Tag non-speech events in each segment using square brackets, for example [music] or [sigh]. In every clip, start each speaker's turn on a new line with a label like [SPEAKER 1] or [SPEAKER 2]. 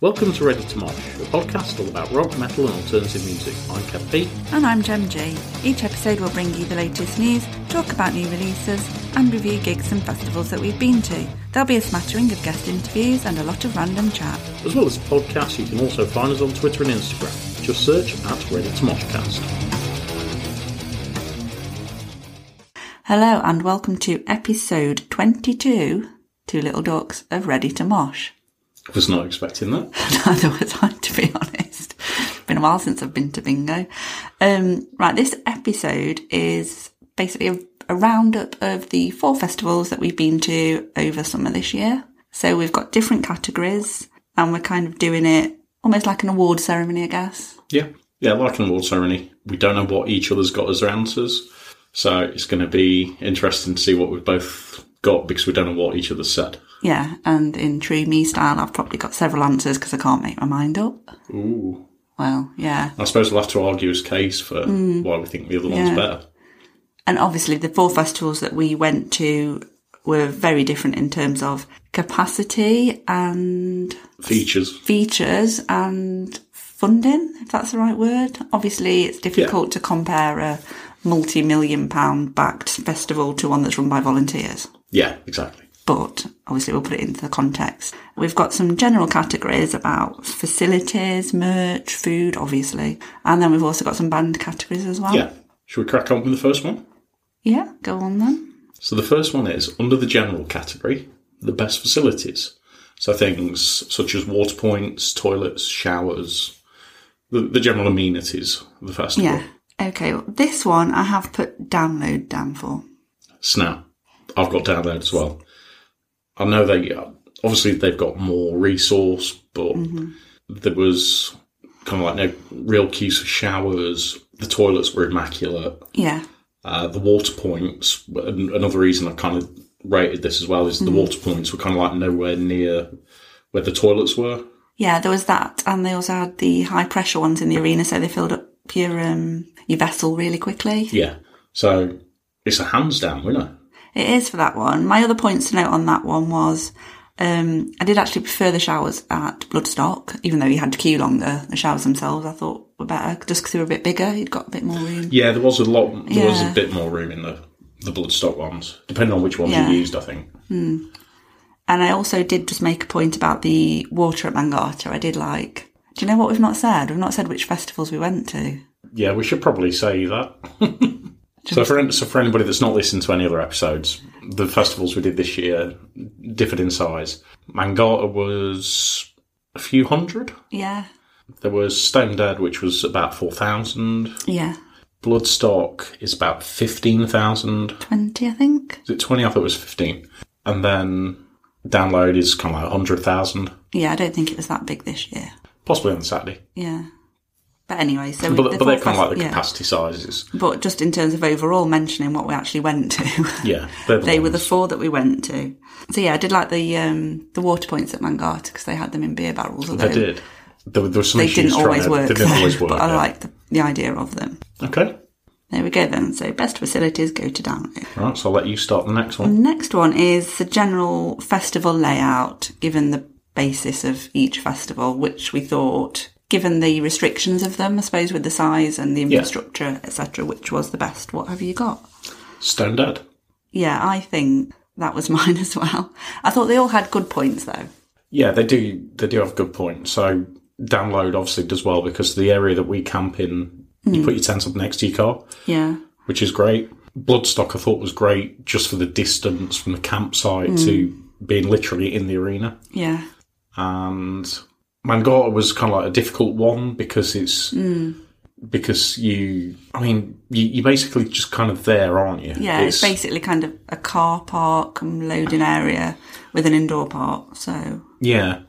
[SPEAKER 1] Welcome to Ready to Mosh, a podcast all about rock, metal, and alternative music. I'm Kev P.
[SPEAKER 2] And I'm Gem G. Each episode will bring you the latest news, talk about new releases, and review gigs and festivals that we've been to. There'll be a smattering of guest interviews and a lot of random chat.
[SPEAKER 1] As well as the podcast, you can also find us on Twitter and Instagram. Just search at Ready to Moshcast.
[SPEAKER 2] Hello, and welcome to episode 22, Two Little Ducks of Ready to Mosh.
[SPEAKER 1] I was not expecting that.
[SPEAKER 2] Neither was I, to be honest. Been a while since I've been to bingo. Um, right, this episode is basically a, a roundup of the four festivals that we've been to over summer this year. So we've got different categories, and we're kind of doing it almost like an award ceremony, I guess.
[SPEAKER 1] Yeah. Yeah, like an award ceremony. We don't know what each other's got as their answers, so it's going to be interesting to see what we've both got because we don't know what each other said.
[SPEAKER 2] Yeah, and in true me style, I've probably got several answers because I can't make my mind up.
[SPEAKER 1] Ooh.
[SPEAKER 2] Well, yeah.
[SPEAKER 1] I suppose we'll have to argue his case for why we think the other one's
[SPEAKER 2] Yeah.
[SPEAKER 1] better.
[SPEAKER 2] And obviously, the four festivals that we went to were very different in terms of capacity and
[SPEAKER 1] Features.
[SPEAKER 2] features and funding, if that's the right word. Obviously, it's difficult to compare a multi million pound backed festival to one that's run by volunteers.
[SPEAKER 1] Yeah, exactly.
[SPEAKER 2] But obviously, we'll put it into the context. We've got some general categories about facilities, merch, food, obviously. And then we've also got some band categories as well.
[SPEAKER 1] Yeah. Should we crack on with the first one?
[SPEAKER 2] Yeah, go on then.
[SPEAKER 1] So the first one is under the general category, the best facilities. So things such as water points, toilets, showers, the, the general amenities of the festival.
[SPEAKER 2] Yeah. Okay. Well, this one I have put download down for.
[SPEAKER 1] Snap. I've got download as well. I know they obviously they've got more resource, but there was kind of like no real queues for showers. The toilets were immaculate.
[SPEAKER 2] Yeah.
[SPEAKER 1] Uh, the water points, an- another reason I kind of rated this as well is
[SPEAKER 2] Mm-hmm.
[SPEAKER 1] the water points were kind of like nowhere near where the toilets were.
[SPEAKER 2] Yeah. There was that, and they also had the high pressure ones in the arena, so they filled up your um your vessel really quickly.
[SPEAKER 1] Yeah. So it's a hands down winner.
[SPEAKER 2] It is for that one. My other points to note on that one was. Um, I did actually prefer the showers at Bloodstock, even though you had to queue longer. The showers themselves, I thought, were better just because they were a bit bigger. You'd got a bit more room.
[SPEAKER 1] Yeah, there was a lot, there was a
[SPEAKER 2] Yeah.
[SPEAKER 1] bit more room in the, the Bloodstock ones, depending on which ones
[SPEAKER 2] Yeah.
[SPEAKER 1] you used, I think.
[SPEAKER 2] And I also did just make a point about the water at Mangata. I did like. Do you know what we've not said? We've not said which festivals we went to.
[SPEAKER 1] Yeah, we should probably say
[SPEAKER 2] [laughs]
[SPEAKER 1] that. so, for, so for anybody that's not listened to any other episodes, the festivals we did this year differed in size. Mangata was a few hundred.
[SPEAKER 2] Yeah.
[SPEAKER 1] There was Stone Dead, which was about 4,000.
[SPEAKER 2] Yeah.
[SPEAKER 1] Bloodstock is about 15,000.
[SPEAKER 2] 20, I think.
[SPEAKER 1] Is it 20? I thought it was 15. And then Download is kind of like 100,000,
[SPEAKER 2] Yeah, I don't think it was that big this year.
[SPEAKER 1] possibly on Saturday.
[SPEAKER 2] Yeah. But anyway, so.
[SPEAKER 1] But, but they're kind of like the
[SPEAKER 2] yeah.
[SPEAKER 1] capacity sizes.
[SPEAKER 2] But just in terms of overall mentioning what we actually went to, [laughs]
[SPEAKER 1] Yeah. They're the
[SPEAKER 2] they were the
[SPEAKER 1] ones.
[SPEAKER 2] four that we went to. So yeah, I did like the um, the water points at Mangata because they had them in beer barrels, although
[SPEAKER 1] They did. There, were- there were some
[SPEAKER 2] they
[SPEAKER 1] issues trying
[SPEAKER 2] didn't always
[SPEAKER 1] to-
[SPEAKER 2] work.
[SPEAKER 1] They didn't
[SPEAKER 2] though, [laughs]
[SPEAKER 1] always work.
[SPEAKER 2] but I
[SPEAKER 1] yeah.
[SPEAKER 2] like the, the idea of them.
[SPEAKER 1] Okay.
[SPEAKER 2] There we go then. So best facilities go to download.
[SPEAKER 1] All right, so I'll let you start the next one.
[SPEAKER 2] Next one is the general festival layout, given the basis of each festival, which we thought, given the restrictions of them, I suppose, with the size and the infrastructure, etc., which was the best. What have you got? Mm-hmm.
[SPEAKER 1] Stone Dead.
[SPEAKER 2] Yeah, I think that was [laughs] mine as well. I thought they all had good points, though.
[SPEAKER 1] Yeah, they do. They do have a good point. So download obviously does well because the area that we camp in,
[SPEAKER 2] Mm.
[SPEAKER 1] you put your tent up next to your car,
[SPEAKER 2] Yeah,
[SPEAKER 1] which is great. Bloodstock I thought was great just for the distance from the campsite to
[SPEAKER 2] Hmm.
[SPEAKER 1] being literally in the arena.
[SPEAKER 2] yeah,
[SPEAKER 1] and Mangata was kind of like a difficult one because it's
[SPEAKER 2] Hmm.
[SPEAKER 1] because you, I mean, you, you're basically just kind of there, aren't you?
[SPEAKER 2] yeah. It's, basically kind of a car park and loading area with an indoor park, so
[SPEAKER 1] yeah.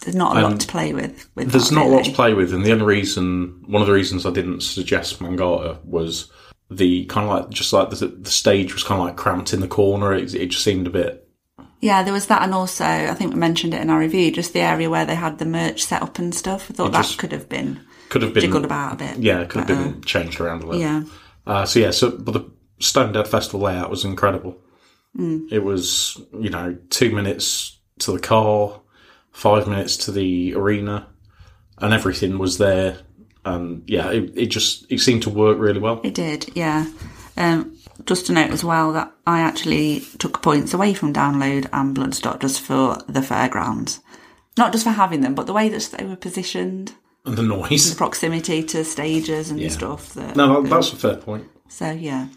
[SPEAKER 2] there's not a lot to play with. with
[SPEAKER 1] There's
[SPEAKER 2] that,
[SPEAKER 1] not a lot
[SPEAKER 2] really.
[SPEAKER 1] to play with, and the only reason, one of the reasons I didn't suggest Mangata was the kind of like just like the, the stage was kind of like cramped in the corner. It, it just seemed a bit.
[SPEAKER 2] Yeah, there was that, and also I think we mentioned it in our review, just the area where they had the merch set up and stuff. I thought that
[SPEAKER 1] just
[SPEAKER 2] could have been
[SPEAKER 1] Could have been
[SPEAKER 2] jiggled about a bit.
[SPEAKER 1] Yeah, it could have been changed around a little.
[SPEAKER 2] yeah,
[SPEAKER 1] Uh, so yeah, so but the Stone Dead Festival layout was
[SPEAKER 2] Mm.
[SPEAKER 1] incredible. It was you know two minutes to the car, five minutes to the arena, and everything was there. And yeah, it, it just it seemed to work really well. [laughs]
[SPEAKER 2] It did, yeah. Um, just to note as well that I actually took points away from Download and Bloodstock just for the fairgrounds. Not just for having them, but the way that they were positioned,
[SPEAKER 1] And the
[SPEAKER 2] the
[SPEAKER 1] noise. [laughs]
[SPEAKER 2] proximity to stages and stuff. That,
[SPEAKER 1] No, that, that's a fair point.
[SPEAKER 2] so, yeah.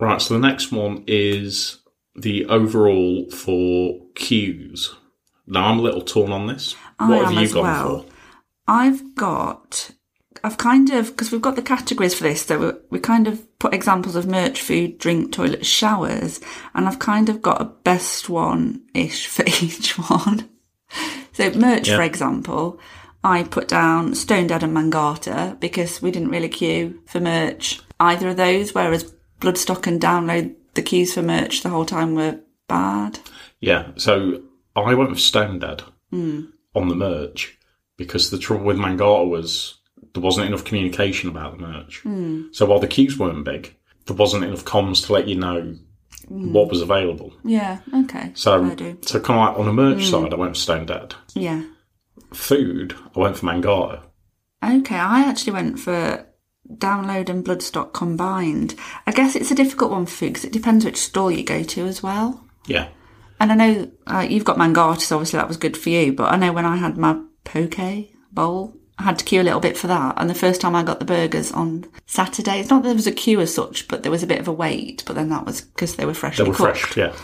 [SPEAKER 1] Right, so the next one is the overall for cues. Now I'm a little torn on this.
[SPEAKER 2] I
[SPEAKER 1] what
[SPEAKER 2] am
[SPEAKER 1] have you
[SPEAKER 2] as
[SPEAKER 1] gone
[SPEAKER 2] well.
[SPEAKER 1] for?
[SPEAKER 2] I've got, I've kind of, because we've got the categories for this, so we, we kind of put examples of merch, food, drink, toilet, showers, and I've kind of got a best one ish for [laughs] each one. So, merch, for example, I put down Stone Dead and Mangata because we didn't really queue for merch either of those, whereas Bloodstock and Download, the queues for merch the whole time were bad.
[SPEAKER 1] Yeah, so I went with Stone Dead
[SPEAKER 2] Hmm.
[SPEAKER 1] on the merch because the trouble with Mangata was there wasn't enough communication about the merch.
[SPEAKER 2] Hmm.
[SPEAKER 1] So while the queues weren't big, there wasn't enough comms to let you know what was available.
[SPEAKER 2] Yeah, okay. Hmm. I
[SPEAKER 1] So,
[SPEAKER 2] do. Hmm.
[SPEAKER 1] so kind of like on the merch side, I went with Stone Dead.
[SPEAKER 2] Yeah.
[SPEAKER 1] Food, I went for Mangata.
[SPEAKER 2] Okay, I actually went for download and bloodstock combined. I guess it's a difficult one for food because it depends which store you go to as well.
[SPEAKER 1] Yeah,
[SPEAKER 2] And I know uh, you've got Mangata, so obviously that was good for you. But I know when I had my poke bowl, I had to queue a little bit for that. And the first time I got the burgers on Saturday, it's not that there was a queue as such, but there was a bit of a wait. But then that was because they were freshly
[SPEAKER 1] they were
[SPEAKER 2] cooked.
[SPEAKER 1] fresh. Yeah.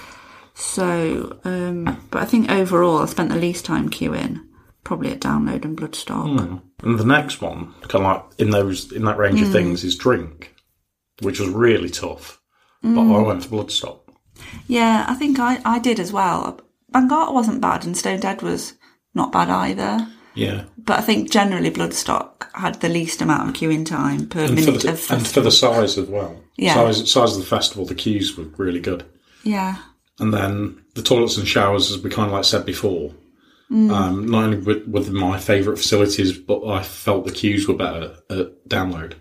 [SPEAKER 2] So, um, but I think overall, I spent the least time queuing, probably at download and bloodstock.
[SPEAKER 1] Hmm. And the next one, kind of like in those in that
[SPEAKER 2] Hmm.
[SPEAKER 1] range of things, is drink, which was really tough.
[SPEAKER 2] Hmm.
[SPEAKER 1] But I went for Bloodstock.
[SPEAKER 2] Yeah, I think I, I did as well. Bangata wasn't bad and Stone Dead was not bad either.
[SPEAKER 1] Yeah,
[SPEAKER 2] But I think generally Bloodstock had the least amount of queuing time per
[SPEAKER 1] and for,
[SPEAKER 2] minute
[SPEAKER 1] the,
[SPEAKER 2] of
[SPEAKER 1] and for the size as well.
[SPEAKER 2] Yeah.
[SPEAKER 1] size, size of the festival, the queues were really good.
[SPEAKER 2] Yeah.
[SPEAKER 1] And then the toilets and showers, as we kind of like said before,
[SPEAKER 2] Mm.
[SPEAKER 1] um, not only were, were my favourite facilities, but I felt the queues were better at download.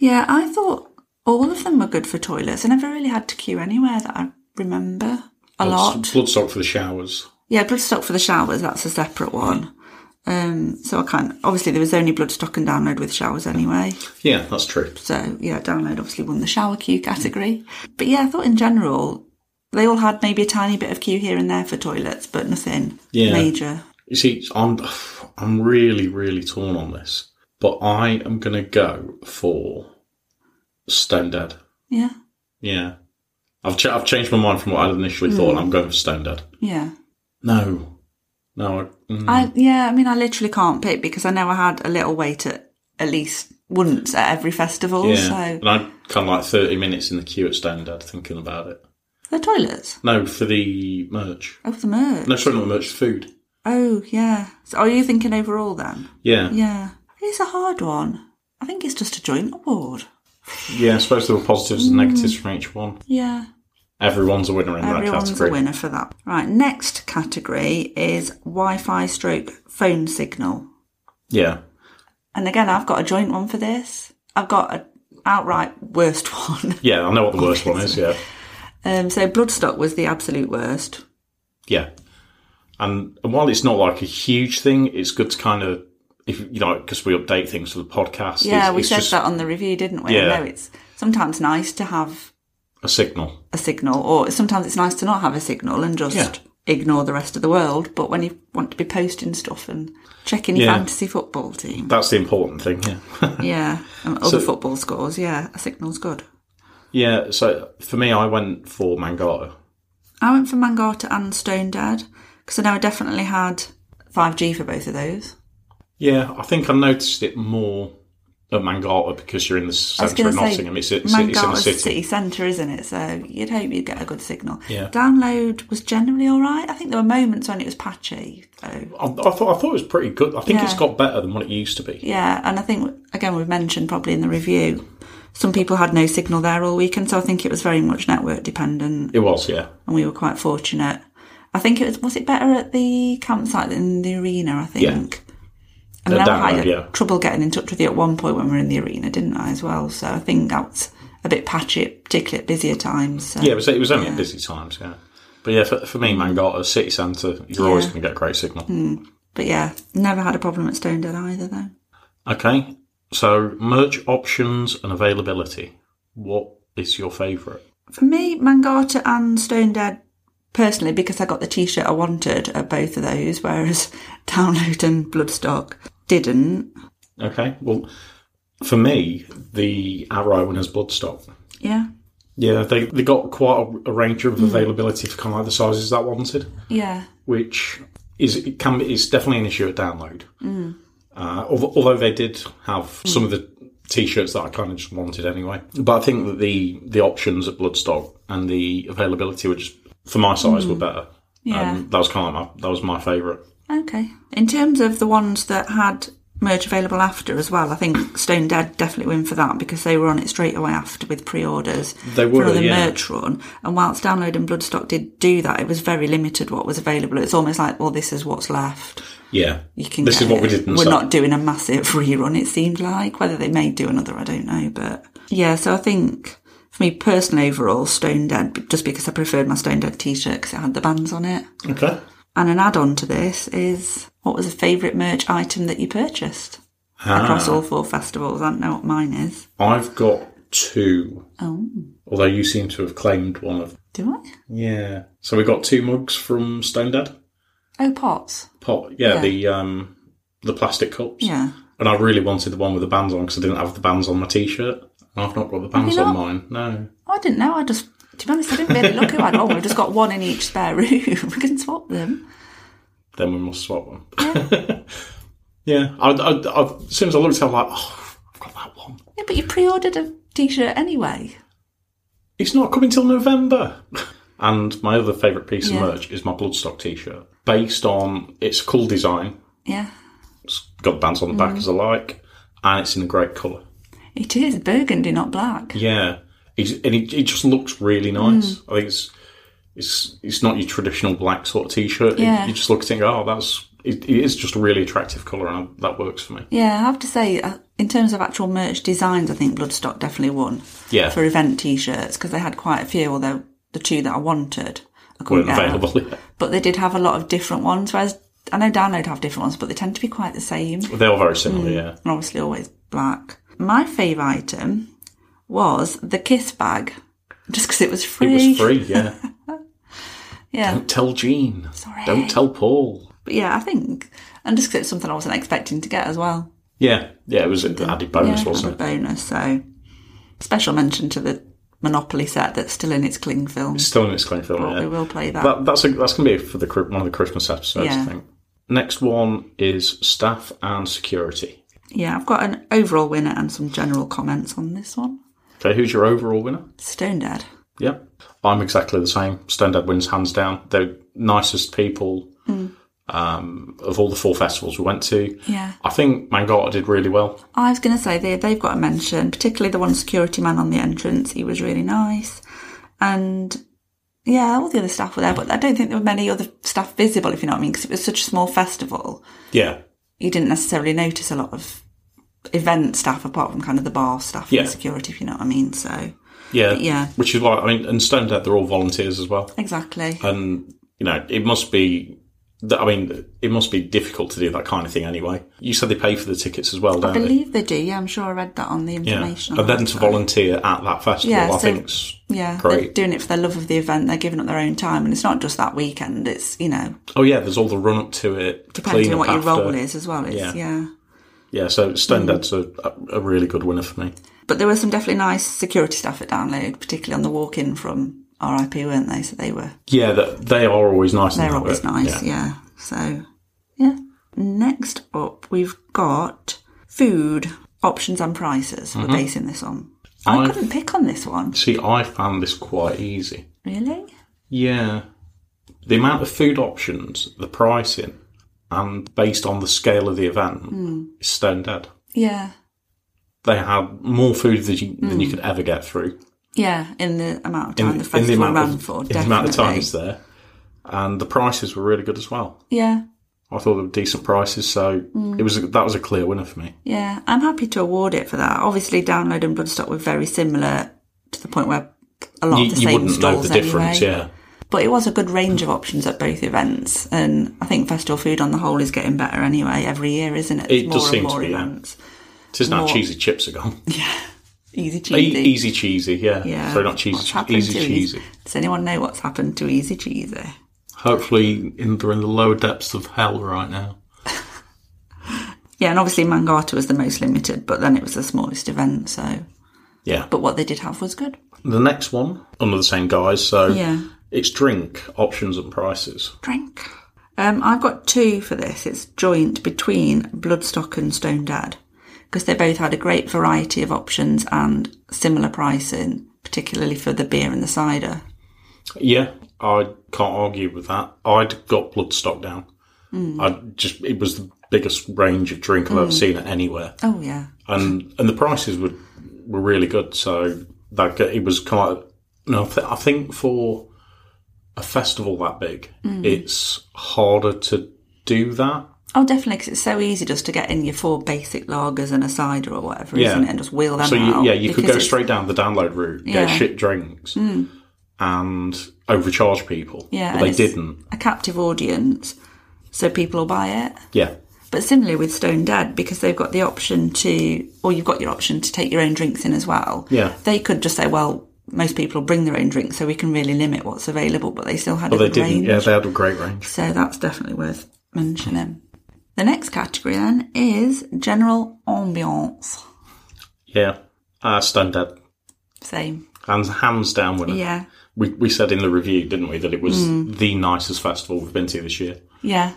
[SPEAKER 2] Yeah, I thought all of them were good for toilets. I never really had to queue anywhere that I remember a lot.
[SPEAKER 1] Bloodstock for the showers.
[SPEAKER 2] Yeah, Bloodstock for the showers, that's a separate one. Um, so I can't, obviously there was only Bloodstock and Download with showers anyway.
[SPEAKER 1] Yeah, that's true.
[SPEAKER 2] So yeah, download obviously won the shower queue category. But yeah, I thought in general they all had maybe a tiny bit of queue here and there for toilets, but nothing
[SPEAKER 1] Yeah.
[SPEAKER 2] major.
[SPEAKER 1] You see, I'm I'm really really torn on this, but I am gonna go for Stone Dead.
[SPEAKER 2] Yeah,
[SPEAKER 1] Yeah, I've ch- I've changed my mind from what I initially
[SPEAKER 2] Mm.
[SPEAKER 1] thought. and I'm going for Stone Dead.
[SPEAKER 2] yeah.
[SPEAKER 1] No, no, I, mm,
[SPEAKER 2] I yeah, I mean, I literally can't pick because I know I had a little wait at at least once at every festival.
[SPEAKER 1] yeah,
[SPEAKER 2] So
[SPEAKER 1] and I kind of like thirty minutes in the queue at Stone Dead thinking about it.
[SPEAKER 2] the toilets
[SPEAKER 1] No, for the merch.
[SPEAKER 2] of the merch.
[SPEAKER 1] No, sorry, not merch, food.
[SPEAKER 2] Oh yeah. So are you thinking overall then?
[SPEAKER 1] Yeah, yeah.
[SPEAKER 2] Yeah, it's a hard one. I think it's just a joint award.
[SPEAKER 1] I suppose there were positives
[SPEAKER 2] Mm.
[SPEAKER 1] and negatives from each one.
[SPEAKER 2] Yeah.
[SPEAKER 1] Everyone's a winner in that
[SPEAKER 2] Everyone's a
[SPEAKER 1] category.
[SPEAKER 2] winner for that. Right, next category is Wi Fi stroke phone signal.
[SPEAKER 1] Yeah,
[SPEAKER 2] And again, I've got a joint one for this. I've got an outright worst [laughs] one.
[SPEAKER 1] yeah, I know what the worst one is. Yeah.
[SPEAKER 2] Um, so, Bloodstock was the absolute worst.
[SPEAKER 1] Yeah. And while it's not like a huge thing, it's good to kind of, if you know, because we update things for the podcast.
[SPEAKER 2] Yeah,
[SPEAKER 1] it's,
[SPEAKER 2] we
[SPEAKER 1] it's
[SPEAKER 2] said
[SPEAKER 1] just
[SPEAKER 2] that on the review, didn't we?
[SPEAKER 1] Yeah.
[SPEAKER 2] No, it's sometimes nice to have
[SPEAKER 1] A signal.
[SPEAKER 2] a signal, or sometimes it's nice to not have a signal and just
[SPEAKER 1] Yeah.
[SPEAKER 2] ignore the rest of the world. But when you want to be posting stuff and checking your
[SPEAKER 1] Yeah. Uh,
[SPEAKER 2] fantasy football team,
[SPEAKER 1] That's the important thing. Yeah. [laughs]
[SPEAKER 2] yeah, and other football scores, yeah, a signal's good.
[SPEAKER 1] yeah. So for me, I went for Mangata.
[SPEAKER 2] I went for Mangata and Stone Dead because I know I definitely had 5G for both of those.
[SPEAKER 1] Yeah, I think I noticed it more at Mangata because you're in the
[SPEAKER 2] I was
[SPEAKER 1] centre
[SPEAKER 2] going
[SPEAKER 1] of
[SPEAKER 2] to say
[SPEAKER 1] Nottingham. It's, it's, it's in the
[SPEAKER 2] Mangata's
[SPEAKER 1] city.
[SPEAKER 2] city centre, isn't it? So you'd hope you'd get a good signal.
[SPEAKER 1] Yeah.
[SPEAKER 2] Download was generally all right. I think there were moments when it was patchy. So
[SPEAKER 1] I, I thought I thought it was pretty good. I think it's
[SPEAKER 2] Yeah.
[SPEAKER 1] got better than what it used to be.
[SPEAKER 2] yeah, and I think again we've mentioned probably in the review. Some people had no signal there all weekend, so I think it was very much network dependent,
[SPEAKER 1] It was, yeah.
[SPEAKER 2] and we were quite fortunate. I think it was was it better at the campsite than in the arena? I think. I mean,
[SPEAKER 1] At
[SPEAKER 2] I
[SPEAKER 1] Download,
[SPEAKER 2] had
[SPEAKER 1] yeah.
[SPEAKER 2] trouble getting in touch with you at one point when we were in the arena, didn't I, as well? So I think that's a bit patchy, particularly at busier times. So.
[SPEAKER 1] Yeah, it was, it was only at busy times, yeah. But yeah, for, for me, Mangata, city centre, you're always going to get a great signal.
[SPEAKER 2] But yeah, never had a problem at Stone Dead either, though.
[SPEAKER 1] Okay, so merch options and availability. What is your favourite?
[SPEAKER 2] For me, Mangata and Stone Dead, personally, because I got the t shirt I wanted at both of those, whereas [laughs] Download and Bloodstock didn't.
[SPEAKER 1] Okay, well, for me, the Outright Winners Bloodstock.
[SPEAKER 2] Yeah.
[SPEAKER 1] Yeah, they, they got quite a, a range
[SPEAKER 2] Hmm.
[SPEAKER 1] of availability for kind of like the sizes that I wanted,
[SPEAKER 2] Yeah.
[SPEAKER 1] which is it can be, is definitely an issue at download.
[SPEAKER 2] Mm.
[SPEAKER 1] Uh, although, although they did have some of the t-shirts that I kind of just wanted anyway, but I think that the the options at Bloodstock and the availability were just for my size were better.
[SPEAKER 2] Mm. Yeah.
[SPEAKER 1] Um, that was kind of my, that was my favourite.
[SPEAKER 2] Okay. In terms of the ones that had merch available after as well, I think Stone Dead definitely win for that because they were on it straight away after with pre-orders
[SPEAKER 1] They were,
[SPEAKER 2] for the
[SPEAKER 1] yeah.
[SPEAKER 2] merch run. And whilst Download and Bloodstock did do that, it was very limited what was available. It's almost like, well, this is what's left.
[SPEAKER 1] Yeah,
[SPEAKER 2] You can.
[SPEAKER 1] this
[SPEAKER 2] get
[SPEAKER 1] is what
[SPEAKER 2] it.
[SPEAKER 1] we did.
[SPEAKER 2] We're not doing a massive [laughs] rerun. It seemed like whether they may do another, I don't know. But yeah, so I think. For me personally, overall, Stone Dead, just because I preferred my Stone Dead t-shirt because it had the bands on it.
[SPEAKER 1] okay.
[SPEAKER 2] And an add on to this is what was a favourite merch item that you purchased
[SPEAKER 1] Ah.
[SPEAKER 2] across all four festivals? I don't know what mine is.
[SPEAKER 1] Uh, I've got two,
[SPEAKER 2] Oh,
[SPEAKER 1] although you seem to have claimed one of.
[SPEAKER 2] do I?
[SPEAKER 1] Yeah, so we got two mugs from Stone Dead
[SPEAKER 2] Oh, pots.
[SPEAKER 1] pot. Yeah,
[SPEAKER 2] Yeah.
[SPEAKER 1] the um the plastic cups.
[SPEAKER 2] Yeah.
[SPEAKER 1] And I really wanted the one with the bands on because I didn't have the bands on my t-shirt. And I've not got the bands
[SPEAKER 2] you
[SPEAKER 1] on
[SPEAKER 2] not?
[SPEAKER 1] mine. No.
[SPEAKER 2] I didn't know. I just, to be honest, I didn't really look who I had. Oh, we've just got one in each spare room. [laughs] we can swap them.
[SPEAKER 1] Then we must swap them. [laughs] yeah. I, I, I, as soon as I looked, I was like, oh, I've got that one.
[SPEAKER 2] Yeah, but you pre ordered a t shirt anyway.
[SPEAKER 1] It's not coming till November. [laughs] and my other favourite piece
[SPEAKER 2] Yeah.
[SPEAKER 1] of merch is my Bloodstock t-shirt. Based on, it's a cool design.
[SPEAKER 2] Yeah.
[SPEAKER 1] It's got the bands on the
[SPEAKER 2] Mm.
[SPEAKER 1] back as I like. And it's in a great colour.
[SPEAKER 2] It is burgundy, not black.
[SPEAKER 1] Yeah, it's, and it, it just looks really nice.
[SPEAKER 2] Mm.
[SPEAKER 1] I think it's it's it's not your traditional black sort of t-shirt. It-
[SPEAKER 2] Yeah.
[SPEAKER 1] you just look and think, oh, that's it, it is just a really attractive colour, and I, that works for me.
[SPEAKER 2] Yeah, I have to say, uh, in terms of actual merch designs, I think Bloodstock definitely won.
[SPEAKER 1] Yeah,
[SPEAKER 2] for event t-shirts because they had quite a few although the two that i wanted i couldn't
[SPEAKER 1] weren't
[SPEAKER 2] get
[SPEAKER 1] available. yet.
[SPEAKER 2] but they did have a lot of different ones whereas i know download have different ones but they tend to be quite the same and
[SPEAKER 1] They are very
[SPEAKER 2] Mm.
[SPEAKER 1] similar. Yeah,
[SPEAKER 2] obviously always black my fave item was the kiss bag just because it was free
[SPEAKER 1] it was free.
[SPEAKER 2] [laughs]
[SPEAKER 1] Yeah,
[SPEAKER 2] yeah
[SPEAKER 1] don't tell Jean.
[SPEAKER 2] Sorry.
[SPEAKER 1] Don't tell Paul.
[SPEAKER 2] but yeah i think and just because it's something i wasn't expecting to get as well
[SPEAKER 1] Yeah, yeah, it was an added bonus,
[SPEAKER 2] Yeah,
[SPEAKER 1] wasn't
[SPEAKER 2] added bonus so special mention to the monopoly set that's still in its cling film
[SPEAKER 1] it? Still in its claim film.
[SPEAKER 2] we
[SPEAKER 1] Yeah.
[SPEAKER 2] will play that,
[SPEAKER 1] That, that's a, that's gonna be for the Chri- one of the Christmas episodes.
[SPEAKER 2] Yeah.
[SPEAKER 1] I think. Next one is staff and security.
[SPEAKER 2] Yeah, I've got an overall winner and some general comments on this one.
[SPEAKER 1] Okay, who's your overall winner?
[SPEAKER 2] Stone Dead.
[SPEAKER 1] Yeah, I'm exactly the same. Standard wins hands down. They're nicest people um, of all the four festivals we went to.
[SPEAKER 2] Yeah.
[SPEAKER 1] I think Mangata did really well.
[SPEAKER 2] I was going to say they, they've got a mention, particularly the one security man on the entrance. He was really nice. And yeah, all the other staff were there, but I don't think there were many other staff visible, if you know what I mean, because it was such a small festival.
[SPEAKER 1] Yeah,
[SPEAKER 2] You didn't necessarily notice a lot of event staff apart from kind of the bar staff
[SPEAKER 1] Yeah.
[SPEAKER 2] and security, if you know what I mean. So
[SPEAKER 1] yeah,
[SPEAKER 2] Yeah.
[SPEAKER 1] Which is why I mean, and Standard they're all volunteers as well.
[SPEAKER 2] exactly.
[SPEAKER 1] And you know, it must be. I mean, it must be difficult to do that kind of thing anyway. You said they pay for the tickets as well, don't
[SPEAKER 2] I believe they do. Yeah, I'm sure I read that on the
[SPEAKER 1] they? Yeah,
[SPEAKER 2] information.
[SPEAKER 1] and
[SPEAKER 2] on
[SPEAKER 1] then
[SPEAKER 2] the
[SPEAKER 1] to
[SPEAKER 2] website.
[SPEAKER 1] volunteer at that festival,
[SPEAKER 2] Yeah,
[SPEAKER 1] I
[SPEAKER 2] so-
[SPEAKER 1] think it's,
[SPEAKER 2] Yeah, they're
[SPEAKER 1] Great.
[SPEAKER 2] doing it for their love of the event. They're giving up their own time, and it's not just that weekend. It's you know
[SPEAKER 1] oh yeah, there's all the run up to it, the
[SPEAKER 2] depending
[SPEAKER 1] clean-up
[SPEAKER 2] on what your role
[SPEAKER 1] after.
[SPEAKER 2] is as well. It's, yeah.
[SPEAKER 1] Yeah. Yeah, so Standard's a, a really good winner for me.
[SPEAKER 2] but there were some definitely nice security staff at Download, particularly on the walk in from RIP, weren't they? So they were
[SPEAKER 1] Yeah, that they are always nice. in
[SPEAKER 2] they're
[SPEAKER 1] that
[SPEAKER 2] always
[SPEAKER 1] bit.
[SPEAKER 2] nice. Yeah. So yeah. Next up, we've got food options and prices.
[SPEAKER 1] Mm-hmm.
[SPEAKER 2] We're basing this on. I
[SPEAKER 1] I've-
[SPEAKER 2] couldn't pick on this one.
[SPEAKER 1] See, I found this quite easy.
[SPEAKER 2] Really?
[SPEAKER 1] Yeah, the amount of food options, the pricing, and based on the scale of the event,
[SPEAKER 2] Hmm.
[SPEAKER 1] is stone dead.
[SPEAKER 2] Yeah.
[SPEAKER 1] They had more food than you, than you could ever get through
[SPEAKER 2] Yeah, in the amount of time Hmm. the
[SPEAKER 1] in the
[SPEAKER 2] festival
[SPEAKER 1] amount
[SPEAKER 2] ran
[SPEAKER 1] of,
[SPEAKER 2] for,
[SPEAKER 1] in the
[SPEAKER 2] definitely.
[SPEAKER 1] amount of times there, and the prices were really good as well.
[SPEAKER 2] Yeah,
[SPEAKER 1] I thought they were decent prices, so
[SPEAKER 2] Hmm.
[SPEAKER 1] it was a, that was a clear winner for me.
[SPEAKER 2] Yeah, I'm happy to award it for that. Obviously, Download and Bloodstock were very similar to the point where a lot
[SPEAKER 1] You,
[SPEAKER 2] of the
[SPEAKER 1] you
[SPEAKER 2] same
[SPEAKER 1] wouldn't know
[SPEAKER 2] stalls
[SPEAKER 1] the difference,
[SPEAKER 2] anyway.
[SPEAKER 1] yeah.
[SPEAKER 2] But it was a good range of options at both events, and I think festival food on the whole is getting better anyway every year, isn't it? There's
[SPEAKER 1] It does
[SPEAKER 2] more
[SPEAKER 1] seem
[SPEAKER 2] and
[SPEAKER 1] to
[SPEAKER 2] more
[SPEAKER 1] be, yeah.
[SPEAKER 2] events.
[SPEAKER 1] It is now
[SPEAKER 2] More-
[SPEAKER 1] cheesy chips are gone.
[SPEAKER 2] Easy
[SPEAKER 1] E-
[SPEAKER 2] cheesy.
[SPEAKER 1] easy cheesy, yeah.
[SPEAKER 2] Yeah.
[SPEAKER 1] Sorry, not
[SPEAKER 2] What's
[SPEAKER 1] cheesy,
[SPEAKER 2] happened
[SPEAKER 1] easy
[SPEAKER 2] to Eas-
[SPEAKER 1] cheesy.
[SPEAKER 2] Does anyone know what's happened to easy cheesy?
[SPEAKER 1] Hopefully, in, they're in the lower depths of hell right now.
[SPEAKER 2] Yeah, and obviously Mangata was the most limited, but then it was the smallest event, so.
[SPEAKER 1] Yeah.
[SPEAKER 2] But what they did have was good.
[SPEAKER 1] The next one, under the same guise, so
[SPEAKER 2] Yeah.
[SPEAKER 1] it's drink, options and prices.
[SPEAKER 2] Drink. Um, I've got two for this. It's joint between Bloodstock and Stone Dad because they both had a great variety of options and similar pricing, particularly for the beer and the cider.
[SPEAKER 1] Yeah, I can't argue with that. I'd got Bloodstock down.
[SPEAKER 2] Hmm.
[SPEAKER 1] I just it was the biggest range of drink I've ever seen at anywhere,
[SPEAKER 2] Oh yeah,
[SPEAKER 1] and and the prices were were really good. So that g- it was kind of no, I, th- I think for a festival that big,
[SPEAKER 2] Mm.
[SPEAKER 1] it's harder to do that.
[SPEAKER 2] oh definitely because it's so easy just to get in your four basic lagers and a cider or whatever,
[SPEAKER 1] Yeah.
[SPEAKER 2] isn't it? And just wheel them
[SPEAKER 1] So you,
[SPEAKER 2] out.
[SPEAKER 1] yeah, you could
[SPEAKER 2] because
[SPEAKER 1] go
[SPEAKER 2] it's-
[SPEAKER 1] straight down the download route,
[SPEAKER 2] Yeah. Mm.
[SPEAKER 1] get shit drinks, and overcharge people.
[SPEAKER 2] Yeah,
[SPEAKER 1] but
[SPEAKER 2] and
[SPEAKER 1] they
[SPEAKER 2] it's
[SPEAKER 1] didn't.
[SPEAKER 2] A captive audience, so people will buy it.
[SPEAKER 1] Yeah,
[SPEAKER 2] But similarly with Stone Dead, because they've got the option to, or you've got your option to take your own drinks in as well.
[SPEAKER 1] Yeah.
[SPEAKER 2] They could just say, well, most people will bring their own drinks, so we can really limit what's available. But they still had a
[SPEAKER 1] they
[SPEAKER 2] good
[SPEAKER 1] didn't.
[SPEAKER 2] range,
[SPEAKER 1] Yeah, they had a great range.
[SPEAKER 2] so that's definitely worth mentioning. The next category then is general ambiance.
[SPEAKER 1] Yeah, uh, standard
[SPEAKER 2] Same,
[SPEAKER 1] hands hands down winner.
[SPEAKER 2] yeah, Mm.
[SPEAKER 1] We we said in the review, didn't we, that it was the nicest festival we've been to this year.
[SPEAKER 2] yeah,